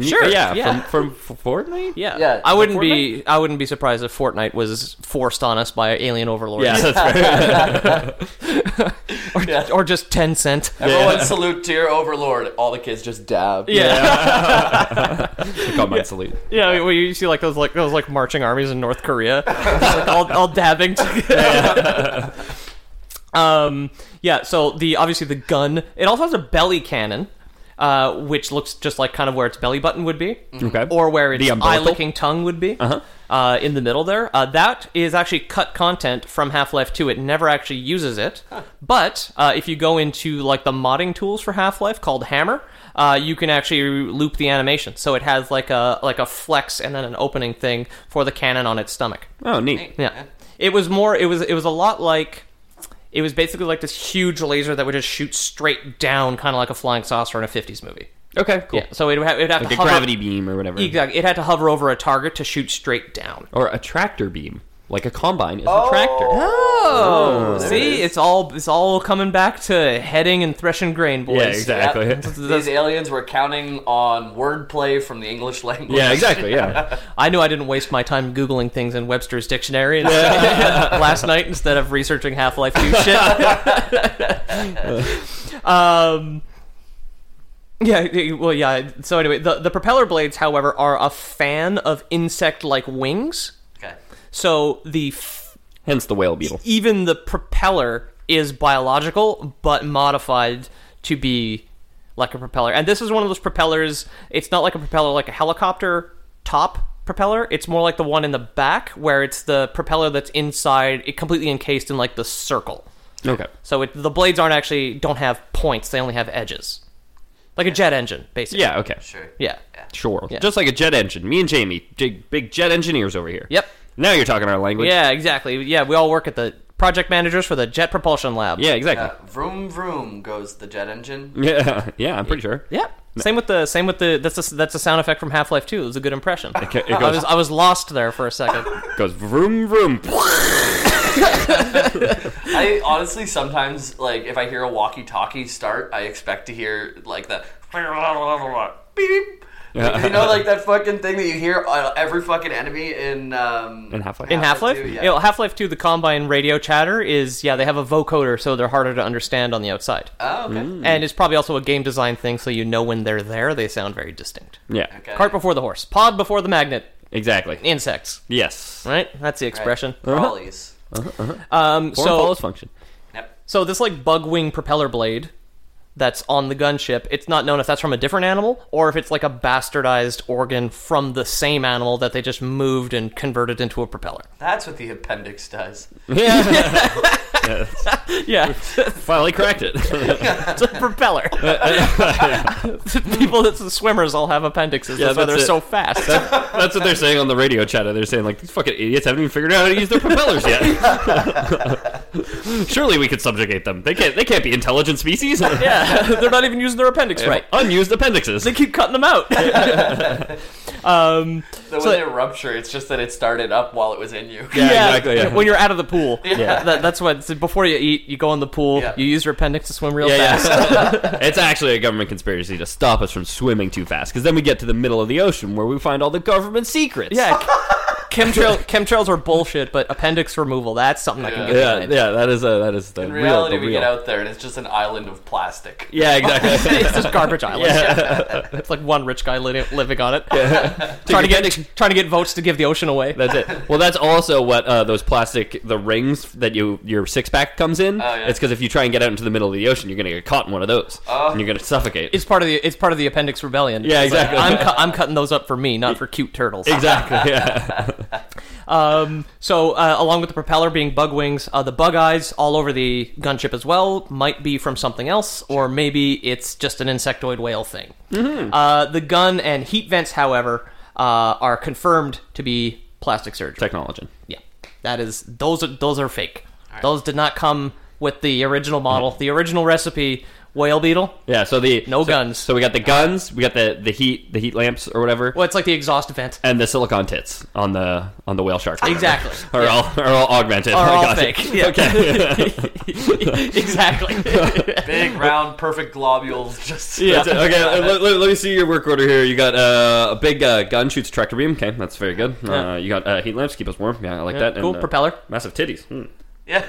Sure, Yeah. yeah. From, from Fortnite. Yeah. Yeah, I like wouldn't be I wouldn't be surprised if Fortnite was forced on us by alien overlords Yeah. That's right. or just 10 cent. Everyone salute to your overlord. All the kids just dab. Yeah. Got my salute. Yeah, I mean, well, you see like those like those like marching armies in North Korea, Just, like, all, all dabbing. to- um, yeah. So the obviously the gun. It also has a belly cannon, uh, which looks just like kind of where its belly button would be, Okay. or where its The eye umbilical? licking tongue would be. Uh-huh. Uh, in the middle there, uh, that is actually cut content from Half Life Two. It never actually uses it, but uh, if you go into like the modding tools for Half Life called Hammer, uh, you can actually loop the animation. So it has like a like a flex and then an opening thing for the cannon on its stomach. Oh, neat. Yeah, it was more. It was it was a lot like. It was basically like this huge laser that would just shoot straight down, kind of like a flying saucer in a '50s movie. Okay. Cool. Yeah, so it would have, it would have Like to a hover- gravity beam or whatever. Exactly. It had to hover over a target to shoot straight down. Or a tractor beam, like a combine is a tractor. Oh, see, it's all it's all coming back to heading and threshing grain, boys. Yeah, exactly. These aliens were counting on wordplay from the English language. Yeah, exactly. Yeah. I knew I didn't waste my time googling things in Webster's dictionary and- last night instead of researching Half Life Two shit. Um, yeah, y- well, yeah. So anyway, the, the propeller blades, however, are a fan of insect-like wings. Okay. So the f- Hence the whale beetle. even the propeller is biological, but modified to be like a propeller. And this is one of those propellers. It's not like a propeller like a helicopter top propeller. It's more like the one in the back, where it's the propeller that's inside, it completely encased in like the circle. Okay. So it, the blades aren't actually don't have points; they only have edges, like a jet engine, basically. Yeah. Okay. Sure. Yeah. Sure. Just like a jet engine. Me and Jamie, big, big jet engineers over here. Yep. Now you're talking our language. Yeah. Exactly. Yeah. We all work at the project managers for the Jet Propulsion Lab. Yeah. Exactly. Uh, vroom vroom goes the jet engine. Yeah. Yeah. I'm pretty sure. Yeah. Same with the same with the that's a, that's a sound effect from Half Life Two. It was a good impression. It I goes, was I was lost there for a second. goes vroom vroom. I honestly sometimes like if I hear a walkie-talkie start, I expect to hear like the beep. you know, like that fucking thing that you hear uh, every fucking enemy in um, In Half-Life. In Half Life, 2, yeah. Half Life Two, the Combine radio chatter is yeah they have a vocoder, so they're harder to understand on the outside, Oh, okay. Mm-hmm. and it's probably also a game design thing, so you know when they're there, they sound very distinct. Yeah. Okay. Cart before the horse, pod before the magnet, Exactly. insects. yes. Right, that's the expression. Crawlies. Um, Form so follows function. Yep. So this like bug wing propeller blade that's on the gunship, it's not known if that's from a different animal or if it's like a bastardized organ from the same animal that they just moved and converted into a propeller. That's what the appendix does. Yeah. Yeah, Finally cracked it. it's a propeller. People that's the swimmers all have appendixes. Yeah, that's why that's they're it. so fast. That's what they're saying on the radio chat. They're saying like these fucking idiots haven't even figured out how to use their propellers yet. Surely we could subjugate them. They can't. They can't be intelligent species. yeah, they're not even using their appendix right. Unused appendixes. They keep cutting them out. um, So, So- when they rupture, it's just that it started up while it was in you. Yeah, yeah, exactly, yeah. when you're out of the pool. That- that's what so before you eat, you go in the pool, Yeah. you use your appendix to swim real Yeah, fast. yeah. it's actually a government conspiracy to stop us from swimming too fast, because then we get to the middle of the ocean where we find all the government secrets. Yeah, c- chemtrail, chemtrails are bullshit, but appendix removal—that's something I can get yeah, behind. yeah. That is a, that is the In reality, real, the we real. get out there and it's just an island of plastic. Yeah, exactly. it's just garbage island. it's like one rich guy li- living on it, trying to get trying to get votes to give the ocean away. That's it. Well, that's also what uh, those plastic the rings that you your six pack comes in. Oh, yeah. It's because if you try and get out into the middle of the ocean, you're gonna get caught in one of those, Oh. and you're gonna suffocate. it's part of the it's part of the appendix rebellion. Yeah, It's like, exactly. I'm cu- I'm cutting those up for me, not for cute turtles. exactly. Yeah. So, uh, along with the propeller being bug wings, uh, the bug eyes all over the gunship as well might be from something else, or maybe it's just an insectoid whale thing. Mm-hmm. Uh, the gun and heat vents, however, uh, are confirmed to be plastic surgery. Technology. Yeah, that is those are those are fake. Those did not come with the original model. The original recipe whale beetle. Mm. Yeah. So the No so- guns. So we got the guns. We got the the heat the heat lamps or whatever, Well, it's like the exhaust vent. and the silicon tits on the on the whale shark. Exactly. Are all are all augmented. Are all Gotcha. fake. Yeah. Okay. exactly. Big, round, perfect globules. Just That's it. Okay. Let, let- let me see your work order here. You got uh, a big uh, gun shoots tractor beam. Okay, that's very good. Uh, you got uh, heat lamps keep us warm. Yeah, I like that. cool. uh, Propeller. Massive titties. Hmm. yeah.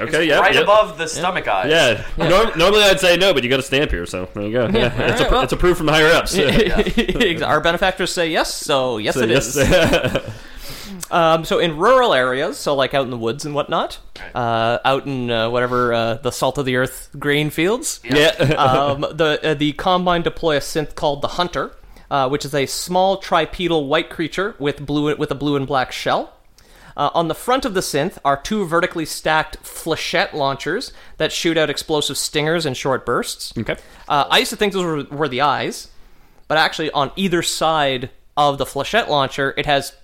Okay, yeah, right yeah. above the stomach eye. Yeah. Norm- normally I'd say no, but you got a stamp here, so there you go. Yeah. It's, a, it's approved from the higher ups. Ex- Our benefactors say yes, so yes So, it yes. is. Um, so in rural areas, so like out in the woods and whatnot, uh, out in uh, whatever uh, the salt of the earth grain fields, yeah. um, the uh, the combine deploy a synth called the Hunter, uh, which is a small tripedal white creature with blue with a blue and black shell. Uh, on the front of the synth are two vertically stacked flechette launchers that shoot out explosive stingers in short bursts. okay. Uh, I used to think those were, were the eyes, but actually, on either side of the flechette launcher, it has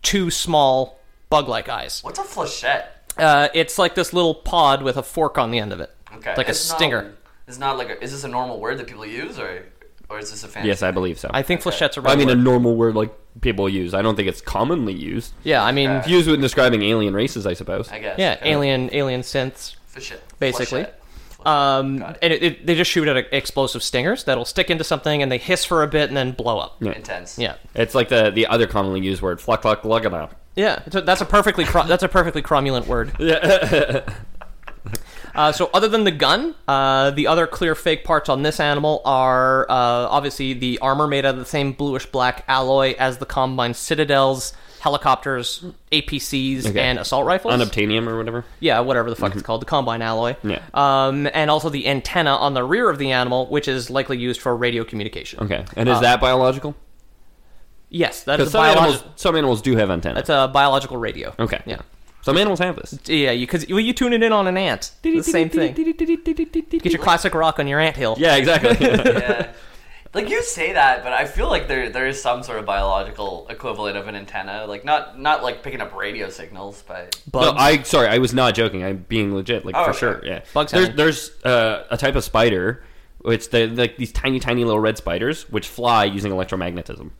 two small bug-like eyes. What's a flechette? Uh, it's like this little pod with a fork on the end of it, Okay. like a it's not- stinger. it's not like a, is this a normal word that people use or or is this a fancy? Yes, I believe so. I think flechettes are. I mean, a word. normal word like people use. I don't think it's commonly used. yeah, I mean, It's used when describing alien races, I suppose. I guess. yeah, Okay. alien alien synths, Flechette. basically. Flechette. Um, Got it. and it, it, they just shoot out explosive stingers that'll stick into something, and they hiss for a bit and then blow up. Yeah, Intense. yeah, It's like the, the other commonly used word, fluck, fluck, lugana. yeah. So that's a perfectly cro- that's a perfectly cromulent word. Uh, so, other than the gun, uh, the other clear fake parts on this animal are uh, obviously the armor made out of the same bluish black alloy as the Combine Citadels, helicopters, APCs, Okay. and assault rifles. Unobtainium or whatever. Yeah, whatever the fuck it's called, the combine alloy. Yeah. Um, and also the antenna on the rear of the animal, which is likely used for radio communication. Uh, Okay, and is that biological? Yes, that is Because a some biological. animals, some animals do have antennae. It's a biological radio. okay, Yeah. Some animals have this. Yeah, because you, well, you tune it in on an ant. The same thing. Get your classic rock on your ant hill. Yeah, exactly. Yeah. Like you say that, but I feel like there there is some sort of biological equivalent of an antenna, like not not like picking up radio signals, but No, Bugs. I sorry, I was not joking. I'm being legit, like Oh, for okay. sure. Yeah, Bugs There's happen. there's uh, a type of spider, which they like these tiny, tiny little red spiders, which fly using electromagnetism.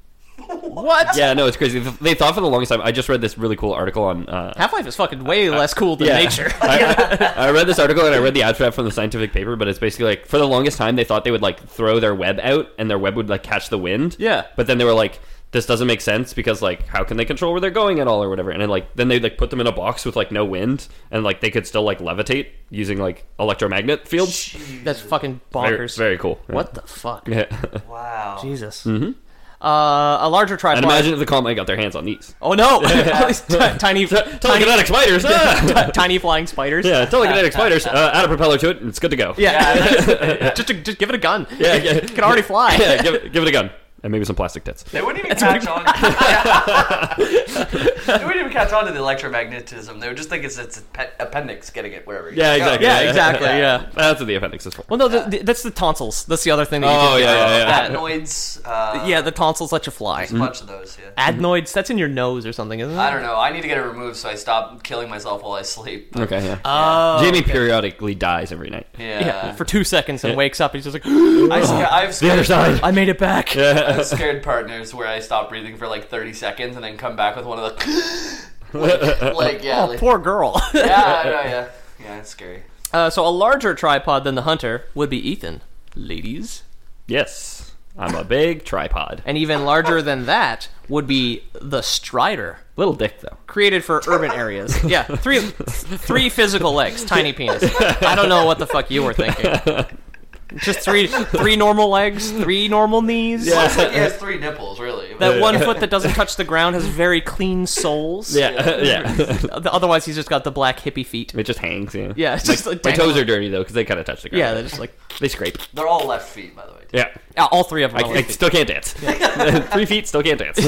what? Yeah, no, it's crazy. Th- They thought for the longest time. I just read this really cool article on. Uh, Half Life is fucking way less cool than yeah. nature. I, I, I read this article and I read the abstract from the scientific paper, but it's basically like for the longest time they thought they would like throw their web out and their web would like catch the wind. Yeah. But then they were like, this doesn't make sense because like how can they control where they're going at all or whatever? And then, like then they like put them in a box with like no wind and like they could still like levitate using like electromagnet fields. That's fucking Very, bonkers. very cool. Yeah. What the fuck? Yeah. Mm-hmm. wow. Jesus. Uh, a larger tripod. and imagine if the combine got their hands on these. oh no! All these ti- tiny, tiny, Telekinetic spiders. ah! tiny flying spiders. yeah, telekinetic spiders. Uh, add a propeller to it, and it's good to go. Yeah, just, just give it a gun. Yeah, yeah. it can already fly. yeah, give, it- give it a gun and maybe some plastic tits. They wouldn't even catch on. they wouldn't even catch on to the electromagnetism. They would just think it's it's a pet appendix getting it wherever. Yeah, exactly. Yeah, exactly. Yeah. That's what the appendix is for. Well, no, th th- that's the tonsils. That's the other thing. That you Oh, can- yeah, yeah, yeah. Adenoids. Uh, yeah. The tonsils let you fly. a bunch of those. Yeah. Adenoids. That's in your nose or something, isn't it? I don't know. I need to get it removed so I stop killing myself while I sleep. Okay, yeah. Jamie periodically dies every night. Yeah. Uh, Yeah, for two seconds and wakes up. He's just like, I sca- I've The other scared, side. I made it back. I've scared partners where I stop breathing for like 30 seconds and then come back with one of the. like, like, yeah. Oh, like, poor girl. yeah, I know, yeah. Yeah, it's scary. uh, so a larger tripod than the hunter would be Ethan, ladies, Yes. I'm a big tripod. and even larger than that would be the Strider, Little dick, though. created for urban areas. Yeah, three, three physical legs, tiny penis. I don't know what the fuck you were thinking. Just three, three normal legs, three normal knees. Well, it's like he has three nipples, really. That one foot that doesn't touch the ground has very clean soles. Yeah, yeah. Otherwise, he's just got the black hippie feet. it just hangs, yeah. Yeah, it's just like My toes are dirty, though, because they kind of touch the ground. Yeah, they're just like They scrape. They're all left feet, by the way. Yeah. yeah, all three of them. I, are I like- still can't dance. Three feet, still can't dance.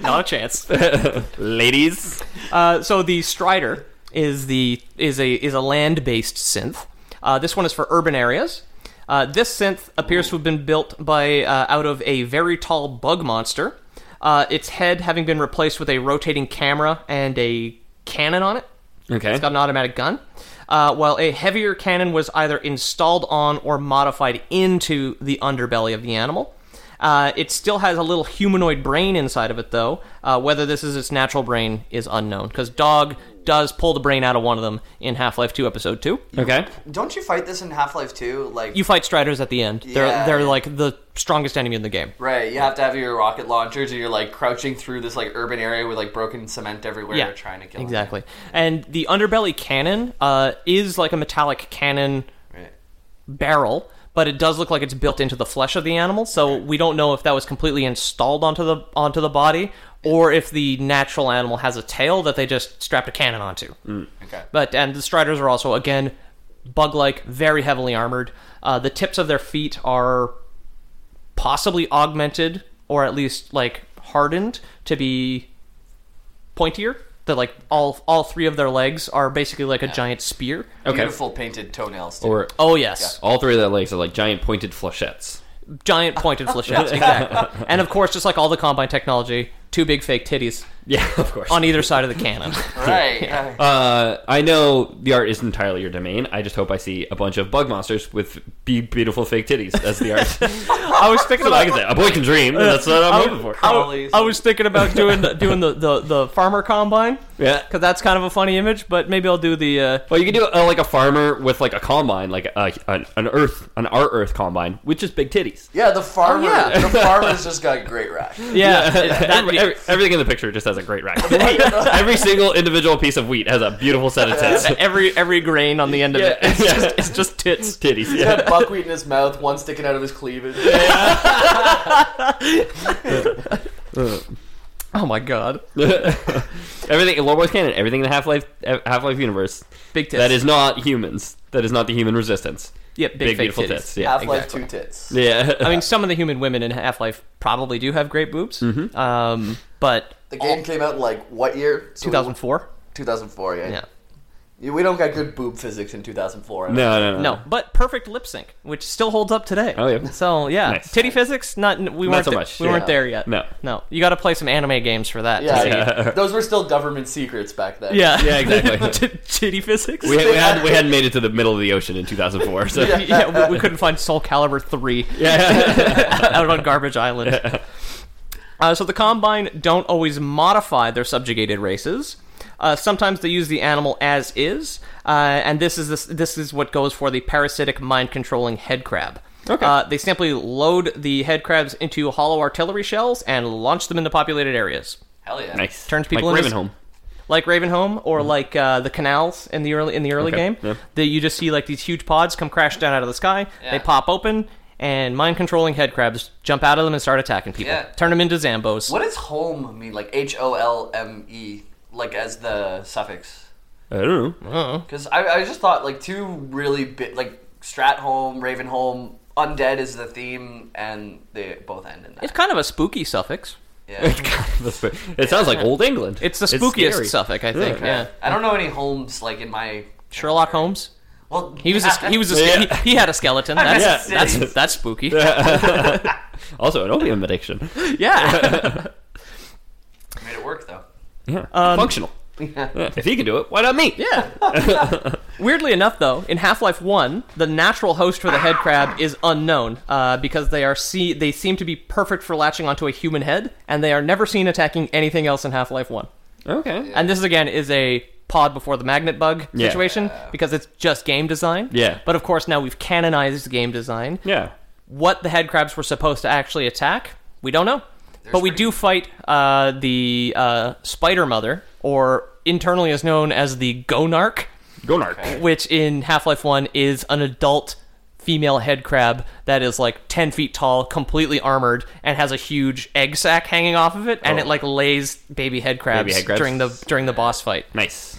not a chance. Ladies. Uh, so the Strider is the is a is a land based synth. Uh, this one is for urban areas. Uh, this synth appears to have been built by uh, out of a very tall bug monster. Uh, its head having been replaced with a rotating camera and a cannon on it. Okay. It's got an automatic gun. Uh, while a heavier cannon was either installed on or modified into the underbelly of the animal. Uh, it still has a little humanoid brain inside of it, though. Uh, whether this is its natural brain is unknown, because Dog does pull the brain out of one of them in Half Life 2 Episode 2. Okay. Don't you fight this in Half Life 2? Like, You fight Striders at the end. They're, Yeah. they're like the strongest enemy in the game. right, you have to have your rocket launchers, and you're like crouching through this like urban area with like broken cement everywhere, yeah, trying to kill. them. Exactly. And the underbelly cannon uh, is like a metallic cannon Right. barrel, but it does look like it's built into the flesh of the animal. So we don't know if that was completely installed onto the onto the body, or if the natural animal has a tail that they just strapped a cannon onto. Okay. But and the striders are also again bug-like, very heavily armored. Uh, the tips of their feet are possibly augmented or at least like hardened to be pointier. That like all all three of their legs are basically like a giant spear. Okay. Beautiful painted toenails. Too. Or Oh yes. all three of their legs are like giant pointed flechettes. giant pointed flechettes, exactly. And of course, just like all the combine technology, two big fake titties Yeah, of course. on either side of the cannon. right. yeah. Uh, I know the art isn't entirely your domain. I just hope I see a bunch of bug monsters with be- beautiful fake titties. That's the art. I was thinking Like I about. can say, a boy can dream. That's what I'm hoping for. I, I was thinking about doing the, doing the, the, the farmer combine Yeah. because that's kind of a funny image. But maybe I'll do the uh, Well, you can do uh, like a farmer with like a combine, like a, an, an earth, an our earth combine, with just big titties. yeah, the farmer. Oh, yeah. The farmer's just got great rash. yeah. Every- every- everything in the picture just has a a great rack. Every single individual piece of wheat has a beautiful set of tits. every every grain on the end of it. It's just it's just tits. Titties. He's got Yeah. buckwheat in his mouth, one sticking out of his cleavage. Oh my god. everything. Lord Boy's canon. Everything in the Half Life Half Life universe. Big tits. That is not humans. That is not the human resistance. Yep, big, Big, fake beautiful titties. tits. Yeah. Half Life exactly. Two tits. Yeah. I mean, some of the human women in Half Life probably do have great boobs. Mm-hmm. Um, but The game came out in like what year? So we- 2004. 2004. Yeah. Yeah. Yeah, We don't got good boob physics in 2004. I no, no, no. No, but perfect lip sync, which still holds up today. Uh, Oh, yeah. So yeah, Nice. titty physics. Not we weren't so th- much, We yeah. weren't there yet. No. no. You got to play some anime games for that. Yeah, To see. those were still government secrets back then. Yeah. Yeah, exactly. T- titty physics. We, had, we, had, we hadn't made it to the middle of the ocean in 2004. So. yeah, we, we couldn't find Soul Calibur three out on Garbage Island. Uh, so the Combine don't always modify their subjugated races. Uh, sometimes they use the animal as is, uh, and this is this, this is what goes for the parasitic mind controlling head crab. Okay. Uh, they simply load the head crabs into hollow artillery shells and launch them into populated areas, Hell yeah. Nice. Turns people like into- Ravenholm. like Ravenholm or like uh, the canals in the early in the early Mm-hmm. Okay, game. yeah. That you just see like these huge pods come crash down out of the sky. They pop open, and mind controlling head crabs jump out of them and start attacking people. Yeah. Turn them into zambos. What does home mean? Like H O L M E, like as the suffix. I don't know. Because I, I just thought like two really big like Stratholm, Ravenholm, undead is the theme, and they both end in It's that. kind of a spooky suffix. Yeah. That's fair. it sounds like Old England. It's the spookiest scary. suffix, I think. Yeah. I don't know any homes like in my. Sherlock Holmes. Well, He was a, he was a, Yeah. he, he had a skeleton. That's Yeah. that's, that's spooky. Also, an opium addiction. Yeah. made it work though. Yeah. Functional. Yeah. If he can do it, why not me? Um, Yeah. Weirdly enough, though, in Half Life One, the natural host for the head crab is unknown uh, because they are see- they seem to be perfect for latching onto a human head, and they are never seen attacking anything else in Half Life One. Okay. And this again is a pod before the magnet bug Yeah. situation because it's just game design. Yeah. But of course, now we've canonized game design. Yeah. What the head crabs were supposed to actually attack, we don't know. but we do fight uh, the uh, spider mother, or internally is known as the gonarch Gonark. which in Half Life 1 is an adult female head crab that is like 10 feet tall, completely armored, and has a huge egg sac hanging off of it, and Oh. it like lays baby head crabs, Baby head crabs. during the during the boss fight. Nice.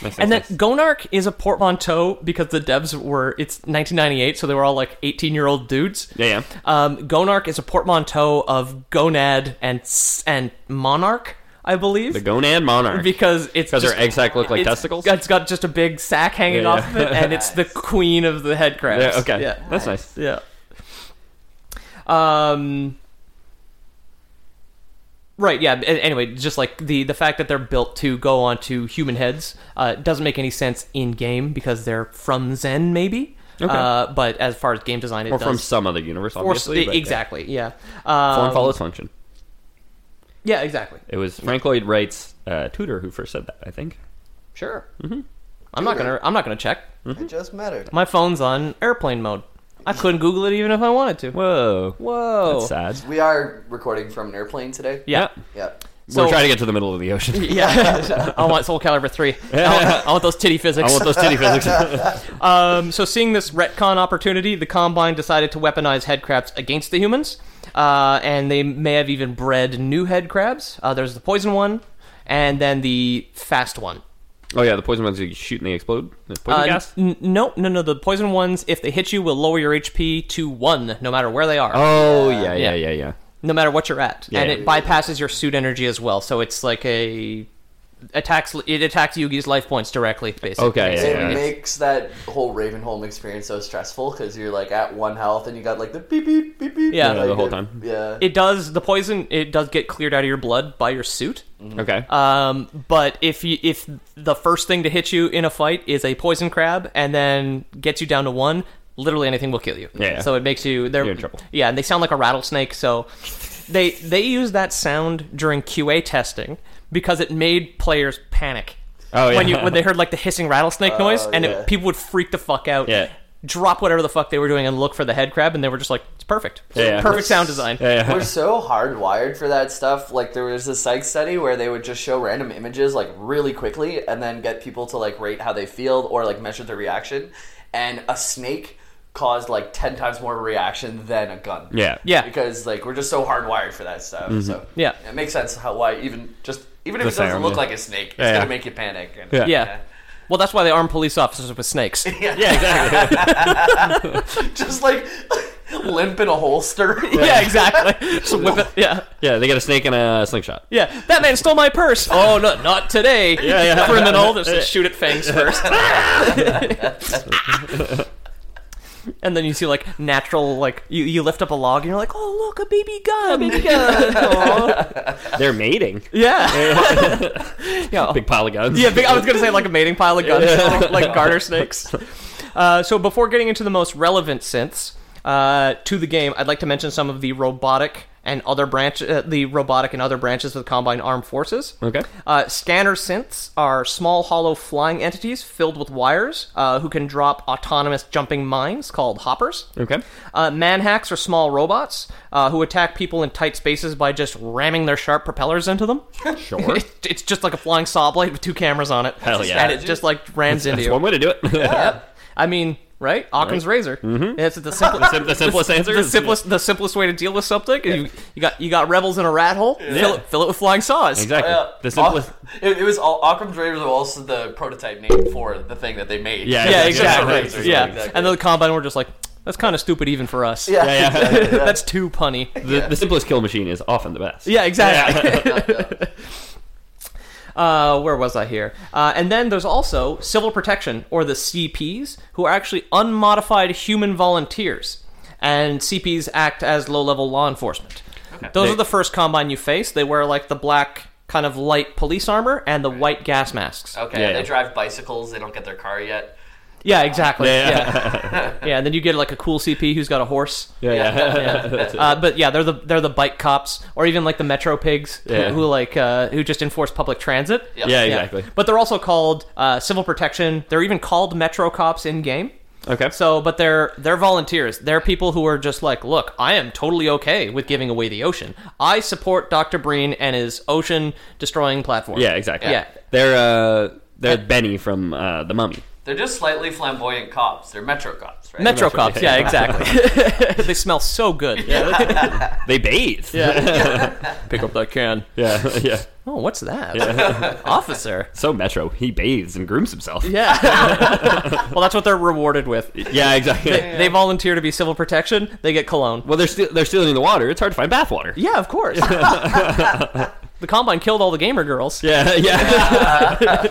Nice, And then nice, nice. Gonark is a portmanteau because the devs were it's 1998, so they were all like 18 year old dudes. Yeah, yeah. Um, Gonark is a portmanteau of gonad and s- and monarch, I believe The gonad monarch. because it's Because just- her egg sac look like it's- testicles? It's got just a big sack hanging Yeah, off of yeah. it, and it's the queen of the head crabs. Yeah, okay. Yeah. That's nice. Yeah. Um. Right. Yeah. a- Anyway, just like the the fact that they're built to go onto human heads uh, doesn't make any sense in game because they're from Zen, maybe. Okay. Uh, but as far as game design, it Or does. from some other universe, or, obviously. but, yeah. exactly. Yeah. Form Um, follows function. yeah. Exactly. It was Frank Lloyd Wright's uh, tutor who first said that, I think. Sure. Mm-hmm. I'm not gonna. I'm not gonna check. It just mattered. My phone's on airplane mode. I couldn't Google it even if I wanted to. Whoa. Whoa. That's sad. We are recording from an airplane today. Yeah. Yeah. So- We're trying to get to the middle of the ocean. Yeah. I want Soul Calibur 3. I want, I want those titty physics. I want those titty physics. Um, so, seeing this retcon opportunity, the Combine decided to weaponize headcrabs against the humans, uh, and they may have even bred new headcrabs. Uh, there's the poison one, and then the fast one. oh, yeah, the poison ones you shoot and they explode. The poison Uh, gas? n- no, no, no. The poison ones, if they hit you, will lower your HP to one, no matter where they are. Oh, yeah, yeah. yeah, yeah, yeah. no matter what you're at, and yeah. it bypasses your suit energy as well. So it's like a attacks it attacks Yugi's life points directly, basically. Okay, yeah, It yeah. makes that whole Ravenholm experience so stressful because you're like at one health and you got like the beep beep beep beep. Yeah. Yeah, the like, whole time. Yeah. It does the poison. It does get cleared out of your blood by your Mm-hmm. suit. Okay. Um, but if you if the first thing to hit you in a fight is a poison crab and then gets you down to one, literally anything will kill you. Yeah. So it makes you they're You're in trouble. Yeah, and they sound like a rattlesnake. So they they use that sound during QA testing because it made players panic. Oh, yeah. When you when they heard like the hissing rattlesnake noise and yeah. it, people would freak the fuck out. Yeah. drop whatever the fuck they were doing and look for the head crab, and they were just like, it's perfect. Yeah, yeah. Perfect sound design. Yeah, We're so hardwired for that stuff. Like there was this psych study where they would just show random images like really quickly and then get people to like rate how they feel or like measure their reaction. And a snake caused like ten times more reaction than a gun. yeah, Yeah. Because like we're just so hardwired for that stuff. So Yeah. it makes sense how why even just even if Mm-hmm. The it doesn't sound, look yeah. like a snake, it's Yeah. gonna make you panic. And, Yeah. Yeah. Well, that's why they arm police officers with snakes. yeah, exactly. Just like limp in a holster. yeah, exactly. Just whip it. Yeah. yeah, they got a snake and a slingshot. Yeah, that man stole my purse. Oh no, not today. Yeah, yeah. Criminal. Just shoot at fangs first. and then you see like natural, like you, you lift up a log and you're like, oh look, a BB gun. Aw. They're mating. yeah. yeah. Big pile of guns. Yeah, big, I was gonna say like a mating pile of guns, like, like garter snakes. Uh, so before getting into the most relevant synths uh, to the game, I'd like to mention some of the robotic and other branch, uh, the robotic and other branches of the Combine Armed Forces. Okay. Uh, scanner synths are small, hollow, flying entities filled with wires uh, who can drop autonomous jumping mines called hoppers. Okay. Uh, manhacks are small robots uh, who attack people in tight spaces by just ramming their sharp propellers into them. Sure. It- it's just like a flying saw blade with two cameras on it. Hell yeah. And it just like rams into That's you. one way to do it. I mean, right? Occam's razor. Mm-hmm. It's the simplest. Sim- the simplest answer. The is- simplest, the simplest way to deal with something. is You, you got you got rebels in a rat hole. Fill, it, fill it with flying saws. Exactly. Yeah. The simplest. It, it was all, Occam's Razor was also the prototype name for the thing that they made. Yeah, Yeah, exactly. exactly. Razor, Yeah, exactly. and then the combine were just like, that's kind of stupid, even for us. Yeah, yeah. that's too punny. The, the simplest kill machine is often the best. Yeah, exactly. uh, where was I here? Uh, and then there's also civil protection, or the CPs, who are actually unmodified human volunteers. And CPs act as low level law enforcement. Those They- are the first combine you face. They wear like the black kind of light police armor and the white gas masks. Okay, Yeah, they yeah. drive bicycles. They don't get their car yet. Yeah, exactly. Yeah. Yeah. Yeah. and then you get like a cool CP who's got a horse. Yeah, yeah. Uh, but yeah, they're the they're the bike cops, or even like the metro pigs who- Yeah. who, like uh, who just enforce public transit. Yep. Yeah, exactly. But they're also called uh, civil protection. They're even called metro cops in game. Okay. So, but they're they're volunteers. They're people who are just like, look, I am totally okay with giving away the ocean. I support Dr. Breen and his ocean destroying platform. Yeah, exactly. Yeah. They're uh they're Benny from uh the Mummy. They're just slightly flamboyant cops. They're metro cops, right? Metro cops, yeah, exactly. they smell so good. Yeah, They bathe. pick up that can. yeah, yeah. Oh, what's that, officer? So Metro, he bathes and grooms himself. Yeah. well, that's what they're rewarded with. Yeah, exactly. They volunteer to be civil protection. They get cologne. well, they're still they're stealing the water. It's hard to find bathwater. Yeah, of course. the Combine killed all the gamer girls, Yeah, yeah,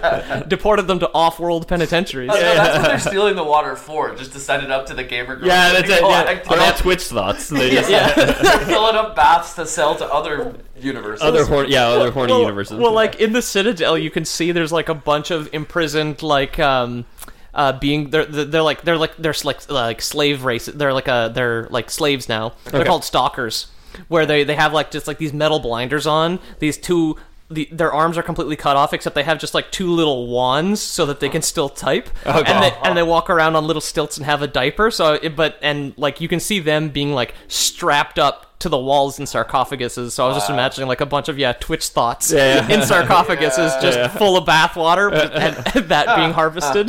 deported them to off-world penitentiaries. No, that's what they're stealing the water for, just to send it up to the gamer girls. yeah. That's it. Yeah. Collect They're all it. Twitch thoughts. They just, They're filling up baths to sell to other universes. Other horn, yeah, other horny universes. Well, like in the Citadel, you can see there's like a bunch of imprisoned like um, uh, being they're they're they're, like they're like they're like like slave race. They're like uh they're like slaves now. They're called stalkers, where they they have like just like these metal blinders on. These two. The, their arms are completely cut off, except they have just like two little wands so that they can still type. Okay. And, they, and they walk around on little stilts and have a diaper. So, it, but and like you can see them being like strapped up to the walls in sarcophaguses. So I was just imagining like a bunch of yeah Twitch thoughts Yeah, yeah. in sarcophaguses, just full of bathwater, and, and Ah. that being harvested.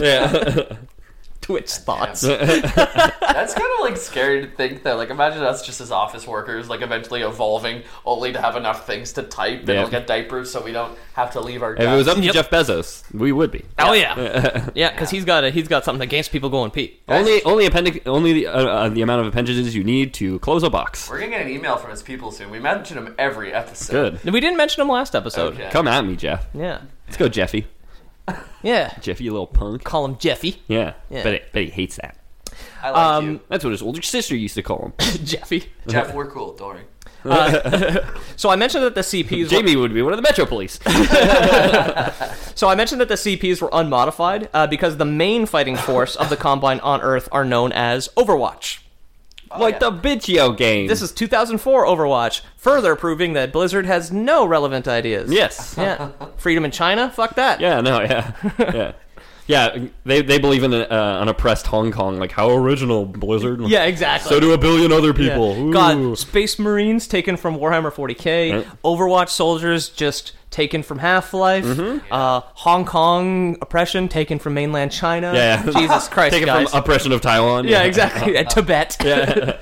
Twitch thoughts. That's kind of like scary to think that. Like, imagine us just as office workers, like eventually evolving only to have enough things to type Yeah. and like a diaper, so we don't have to leave our. if it was up to Yep. Jeff Bezos, we would be. Oh yeah, yeah, because he's got a, he's got something against people going pee. Only, only appendix, only the, uh, uh, the amount of appendages you need to close a box. We're gonna get an email from his people soon. We mention him every episode. Good. We didn't mention him last episode. Okay. Come at me, Jeff. Yeah, Let's go, Jeffy. yeah. Jeffy, you little punk. Call him Jeffy. Yeah, Yeah. But, but he hates that. I like Um, you, That's what his older sister used to call him. Jeffy. Jeff. We're cool. Don't worry. So I mentioned that the CPs. were- Jamie would be one of the Metro Police. Oh, So I mentioned that the CPs were unmodified uh, because the main fighting force of the Combine on Earth are known as Overwatch. like the video game. This is 2004 Overwatch, further proving that Blizzard has no relevant ideas. yes. Yeah. Freedom in China? Fuck that. Yeah, no, yeah. yeah. Yeah, they, they believe in a, uh, an oppressed Hong Kong. Like how original Blizzard. Yeah, exactly. So do a billion other Yeah. people. Ooh. God, Space Marines taken from Warhammer 40k, Right. Overwatch soldiers just taken from Half Life, Mm-hmm. uh, Hong Kong oppression taken from mainland China. Yeah, yeah. Jesus Christ, Take it guys. from oppression of Taiwan. yeah, exactly. And Tibet. Uh,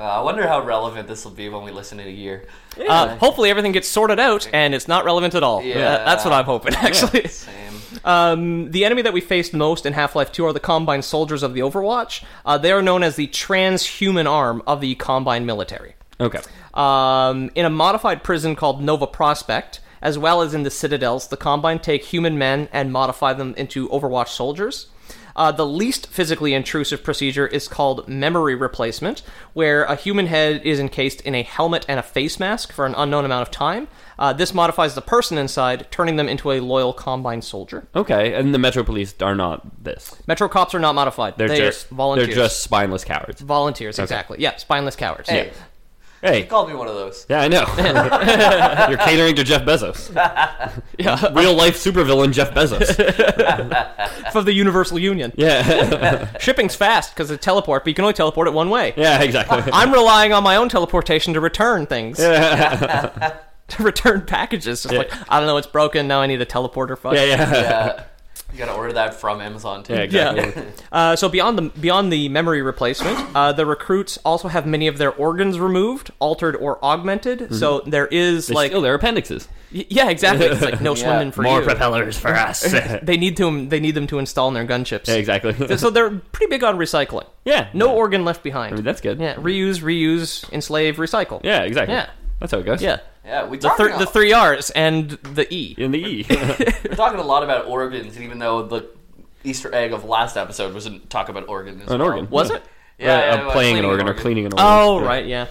I wonder how relevant this will be when we listen in a year. Uh, hopefully, everything gets sorted out and it's not relevant at all. Yeah. Uh, that's what I'm hoping, actually. Same. Um, the enemy that we faced most in Half Life 2 are the Combine soldiers of the Overwatch. Uh, they are known as the transhuman arm of the Combine military. Okay. um, in a modified prison called Nova Prospect, as well as in the citadels. The Combine take human men and modify them into Overwatch soldiers. Uh, the least physically intrusive procedure is called memory replacement, where a human head is encased in a helmet and a face mask for an unknown amount of time. Uh, this modifies the person inside, turning them into a loyal Combine soldier. Okay, and the Metro Police are not this. Metro cops are not modified; They're They are just volunteers. They're just spineless cowards. volunteers, exactly. Yeah, spineless cowards. Hey, Hey, call me one of those. yeah, I know. You're catering to Jeff Bezos. Real life supervillain Jeff Bezos. for the Universal Union. Yeah, Shipping's fast because of teleport, but you can only teleport it one way. yeah, exactly. I'm relying on my own teleportation to return things. to return packages. Just like, I don't know, it's broken. Now I need a teleporter. Fuck. Yeah, yeah, Uh, you gotta order that from Amazon too. yeah, exactly. Uh, so beyond the beyond the memory replacement, uh, the recruits also have many of their organs removed, altered, or augmented. So there is Mm-hmm. They like, steal their appendices. Y- yeah, exactly. It's like no swimming for you. propellers for us. yeah, they need to they need them to install in their gunships. exactly. So they're pretty big on recycling. yeah, No organ left behind. I mean, that's good. yeah, reuse, reuse, enslave, recycle. Yeah, exactly. Yeah. that's how it goes. yeah. Yeah, we The, talking thir- a- the three R's and the E. in the E. we're talking a lot about organs, and even though the Easter egg of last episode was not talk about organs. an organ. Was yeah. it? Yeah, Uh, yeah, uh, well, playing an organ or cleaning an organ. Oh, Yeah. right, yeah.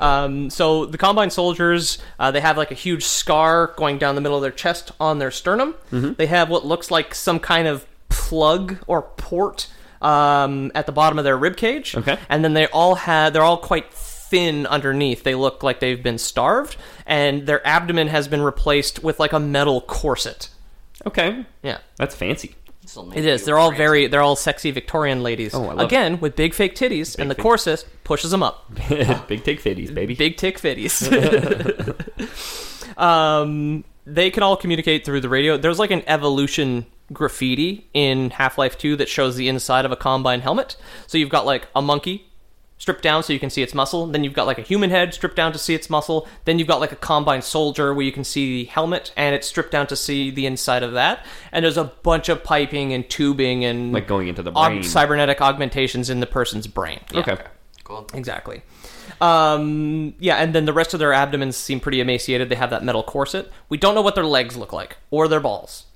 Um, so the Combine soldiers, uh, they have like a huge scar going down the middle of their chest on their sternum. Mm-hmm. They have what looks like some kind of plug or port um, at the bottom of their rib cage. Okay. and then they all had they're all quite thin underneath. They look like they've been starved, and their abdomen has been replaced with like a metal corset. Okay, Yeah. that's fancy. It is. They're all very. They're all sexy Victorian ladies. Oh, I love Again, with big fake titties, and the fake- corset pushes them up. Big take fitties, baby. Big tick fitties. um, they can all communicate through the radio. There's like an evolution graffiti in Half Life 2 that shows the inside of a combine helmet. So you've got like a monkey stripped down so you can see its muscle. Then you've got like a human head stripped down to see its muscle. Then you've got like a combine soldier where you can see the helmet and it's stripped down to see the inside of that. And there's a bunch of piping and tubing and Like going into the aug- brain. cybernetic augmentations in the person's brain. Yeah. Okay. cool. Exactly. Um, yeah, and then the rest of their abdomens seem pretty emaciated. They have that metal corset. We don't know what their legs look like or their balls.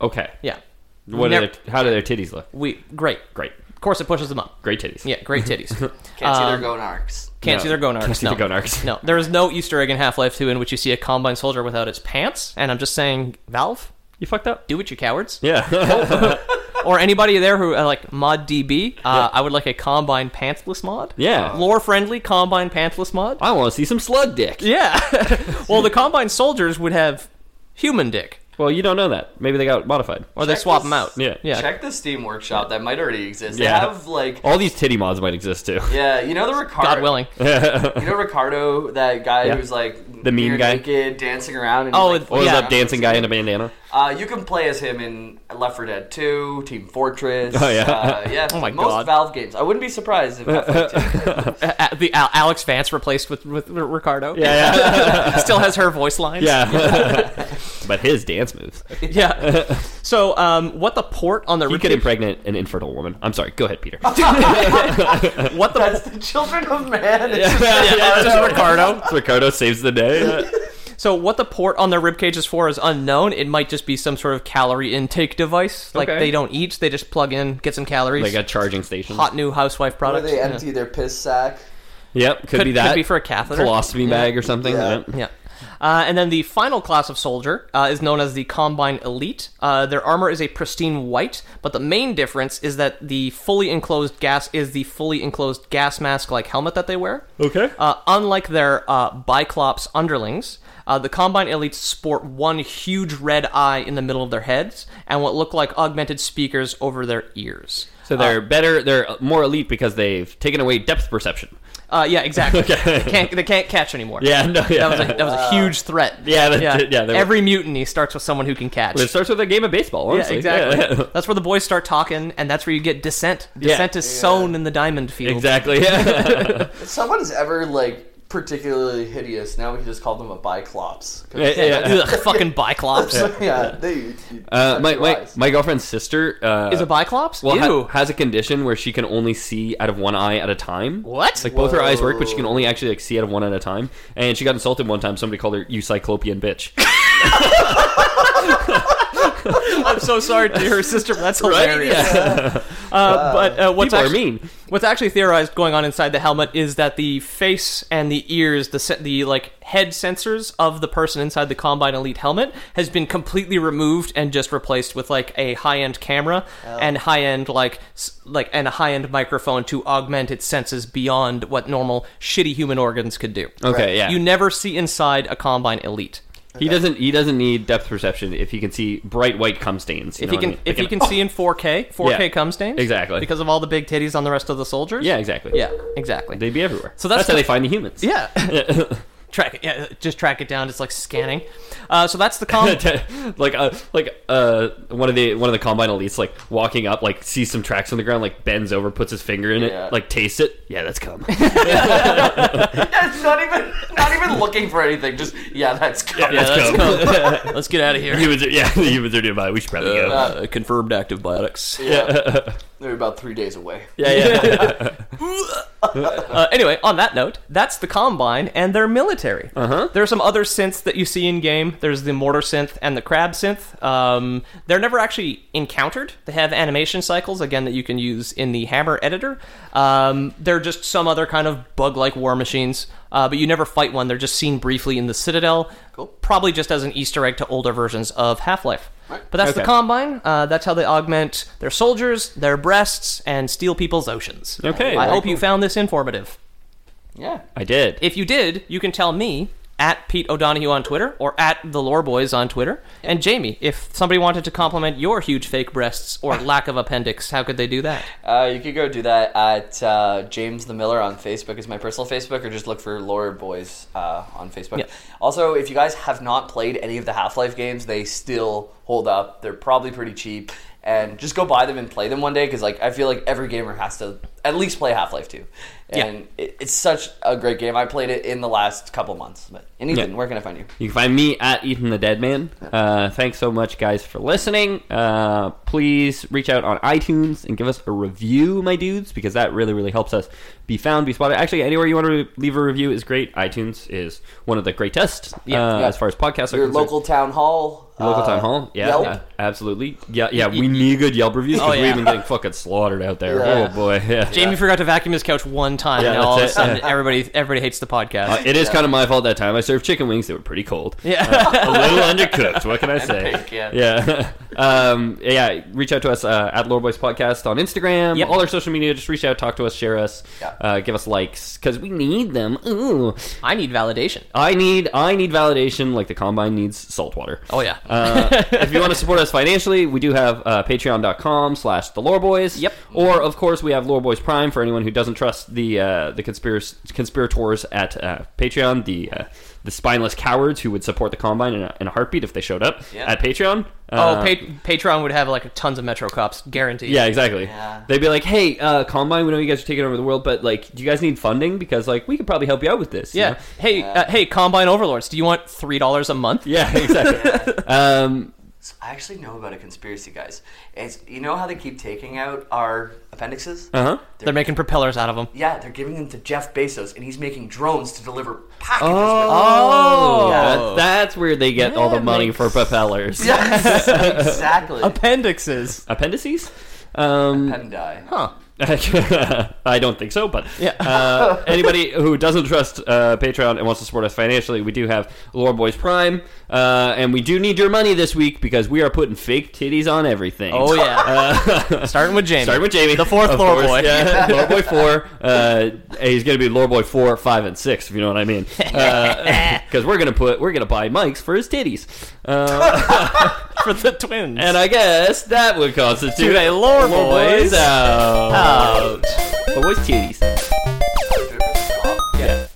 Okay. Yeah. What Never- are their, how do their titties look? We great. Great. Corset pushes them up. Great titties. Yeah, great Mm-hmm. titties. Can't see Um, their gonarchs. Can't No. see their gonards. Can't see no. the gonards. No, there is no Easter egg in Half Life 2 in which you see a combine soldier without its pants. And I'm just saying, Valve, You fucked up. Oh, do it, you cowards. Yeah. Or anybody there who uh, like mod DB, uh, I would like a combine pantsless mod. Yeah. lore friendly combine pantsless mod. I want to see some slug dick. Yeah. well, the Combine soldiers would have human dick, Well, you don't know that. Maybe they got modified. or they Check swap this- them out. Yeah. Yeah. Check the Steam Workshop that might already exist. Yeah. They have like All these titty mods might exist too. yeah, you know the Ricardo. God willing. You know Ricardo, that guy Yeah. who's like The mean bare guy? naked, dancing around. And Oh, like, Or Yeah. that dancing guy in a bandana. Uh, you can play as him in Left 4 Dead 2, Team Fortress. Oh, yeah. uh, yeah. Oh, my most God. Valve games. I wouldn't be surprised if Half-Life 2 Uh, uh, the Al- Alex Vance replaced with with R- Ricardo. Yeah. Still has her voice lines. Yeah. but his dance moves. Yeah. So, um, what the port on the He rib could cage- impregnate an infertile woman. I'm sorry. Go ahead, Peter. what the That's the Children of Man. yeah, just Ricardo. Ricardo saves the day. so what the port on their rib cage is for is unknown. It might just be some sort of calorie intake device. Like Okay. they don't eat, they just plug in, get some calories. like a charging station. hot new housewife product. they Yeah. empty their piss sack. Yep. Could, Could- be that. could be for a catheter. Colostomy bag or something. Yeah. yeah. Yeah. Uh, and then the final class of soldier uh, is known as the Combine Elite. Uh, their armor is a pristine white, but the main difference is that the fully enclosed gas is the fully enclosed gas mask like helmet that they wear. Okay. Uh, unlike their uh, Biclops underlings, uh, the Combine Elites sport one huge red eye in the middle of their heads and what look like augmented speakers over their ears. So they're Uh, better. They're more elite because they've taken away depth perception. Uh, yeah, exactly. can't, they can't catch anymore. Yeah, no, yeah. That was a, that was a huge threat. Yeah, that- yeah, they were- Every mutiny starts with someone who can catch. It starts with a game of baseball. yeah, Honestly. exactly. Yeah. That's where the boys start talking, and that's where you get dissent. Dissent is sown in the diamond field. exactly. Yeah. If someone's ever like particularly hideous, now we can just call them a biclops. 'Cause- Yeah, yeah. Ugh, fucking biclops. yeah, they. you- you Uh, touch my, your my eyes. my girlfriend's sister uh, Is a biclops? Well, Ew. ha- has a condition where she can only see out of one eye at a time. What? Like both her eyes work, but she can only actually like see out of one at a time. And she got insulted one time. Somebody called her "you cyclopean bitch." I'm so sorry to her sister, but that's hilarious. Uh, but uh, what's People are actually, mean. What's actually theorized going on inside the helmet is that the face and the ears, the se- the like head sensors of the person inside the Combine Elite helmet has been completely removed and just replaced with like a high end camera Oh. and high end like s- like and a high end microphone to augment its senses beyond what normal shitty human organs could do. Okay, yeah. You never see inside a Combine Elite. he doesn't. He doesn't need depth perception if he can see bright white cum stains. you If know he what can, I mean? if Like he an- Oh. can see in 4K, 4K Yeah. cum stains, Exactly. because of all the big titties on the rest of the soldiers. yeah, exactly. yeah, exactly. they'd be everywhere. So So that's that's, how the- they find the humans. Yeah. track it. Yeah, just track it down. It's like scanning. Uh, so that's the com. like uh, like uh, one of the one of the combine elites like walking up like sees some tracks on the ground like bends over puts his finger in Yeah. it like tastes it yeah that's cum It's not even not even looking for anything. Just yeah, that's good. let's that's cum. go. let's get out of here. humans are, yeah the humans are nearby we should probably go Uh, confirmed active biotics. They're about three days away. Uh, anyway, on that note, that's the Combine and their military. Uh-huh. There are some other synths that you see in game. There's the mortar synth and the crab synth. Um, they're never actually encountered. They have animation cycles again that you can use in the Hammer editor. Um, they're just some other kind of bug-like war machines, uh, but you never fight one. They're just seen briefly in the Citadel, probably just as an Easter egg to older versions of Half-Life. But that's the Okay. Combine. Uh, that's how they augment their soldiers, their breasts, and steal people's oceans. Okay. I Very hope you found this informative. Yeah. I did If you did, you can tell me at Pete O'Donohue on Twitter or at the Lore Boys on Twitter. And Jamie, if somebody wanted to compliment your huge fake breasts or lack of appendix, how could they do that? Uh, you could go do that at uh, James the Miller on Facebook is my personal Facebook, or just look for Lore Boys uh, on Facebook. Yeah. Also, if you guys have not played any of the Half Life games, they still hold up. They're probably pretty cheap, and just go buy them and play them one day because like I feel like every gamer has to at least play Half Life Two, Yeah. and it, it's such a great game. I played it in the last couple months. But and Ethan, Yeah. where can I find you? You can find me at Ethan the Dead Man. Uh, thanks so much, guys, for listening. Uh, please reach out on iTunes and give us a review, my dudes, because that really, really helps us be found, be spotted. Actually, anywhere you want to leave a review is great. iTunes is one of the greatest uh, yeah. as far as podcasts are Your concerned. local town hall. Your local uh, town hall, yeah, Yelp. Oh, yeah, absolutely, yeah, yeah. We need good Yelp reviews because yeah. we've been getting fucking slaughtered out there. Yeah. Oh boy, yeah. Jamie forgot to vacuum his couch one time, Yeah, and now all of a that's it. sudden everybody everybody hates the podcast. Uh, it is kind of my fault that time. I served chicken wings that were pretty cold. Yeah. a little undercooked. What can I say? pink, yeah. Yeah. um, yeah. Reach out to us uh, at Loreboys Podcast on Instagram. Yep. All our social media. Just reach out, talk to us, share us, Yeah. uh, give us likes because we need them. Ooh. I need validation. I need I need validation like the combine needs salt water. Oh yeah. Uh, if you want to support us financially, we do have uh, patreon.com slash the loreboys. Yep. Or, of course, we have Loreboys Prime for anyone who doesn't trust the uh, the conspirac- conspirators at uh, Patreon, the uh, the spineless cowards who would support the Combine in a, in a heartbeat if they showed up at Patreon. oh, Uh, pa- Patreon would have like tons of Metro cops, guaranteed. yeah, exactly. They'd be like, "Hey, uh, Combine, we know you guys are taking over the world, but like, do you guys need funding? Because like, we could probably help you out with this." you Yeah. know? Hey, Uh, hey, Combine Overlords, do you want three dollars a month? yeah, exactly. um, I actually know about a conspiracy, guys. It's you know how they keep taking out our appendixes. uh huh. They're making propellers out of them. Yeah, they're giving them to Jeff Bezos, and he's making drones to deliver packages. Oh, Yeah. that- that's where they get all the That money makes- for propellers. Oh. Yes, exactly. Appendixes. Appendices? Um, Pendai. Huh. I don't think so, but Yeah. uh, anybody who doesn't trust uh, Patreon and wants to support us financially, we do have Lore Boys Prime, uh, and we do need your money this week because we are putting fake titties on everything. Oh yeah. starting with Jamie. Starting with Jamie, the fourth of floor course, boy. Yeah, Lore Boy Four. Uh, he's going to be Lore Boy Four, Five, and Six, if you know what I mean. Because we're going to put, we're going to buy mics for his titties, uh, for the twins. and I guess that would constitute Dude, a Lore Boys Boys Oh. out. out. Lore Boys titties. Yeah.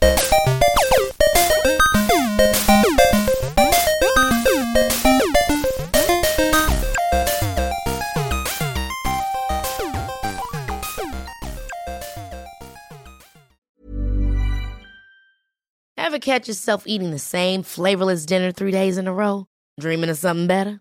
Ever catch yourself eating the same flavorless dinner three days in a row? Dreaming of something better?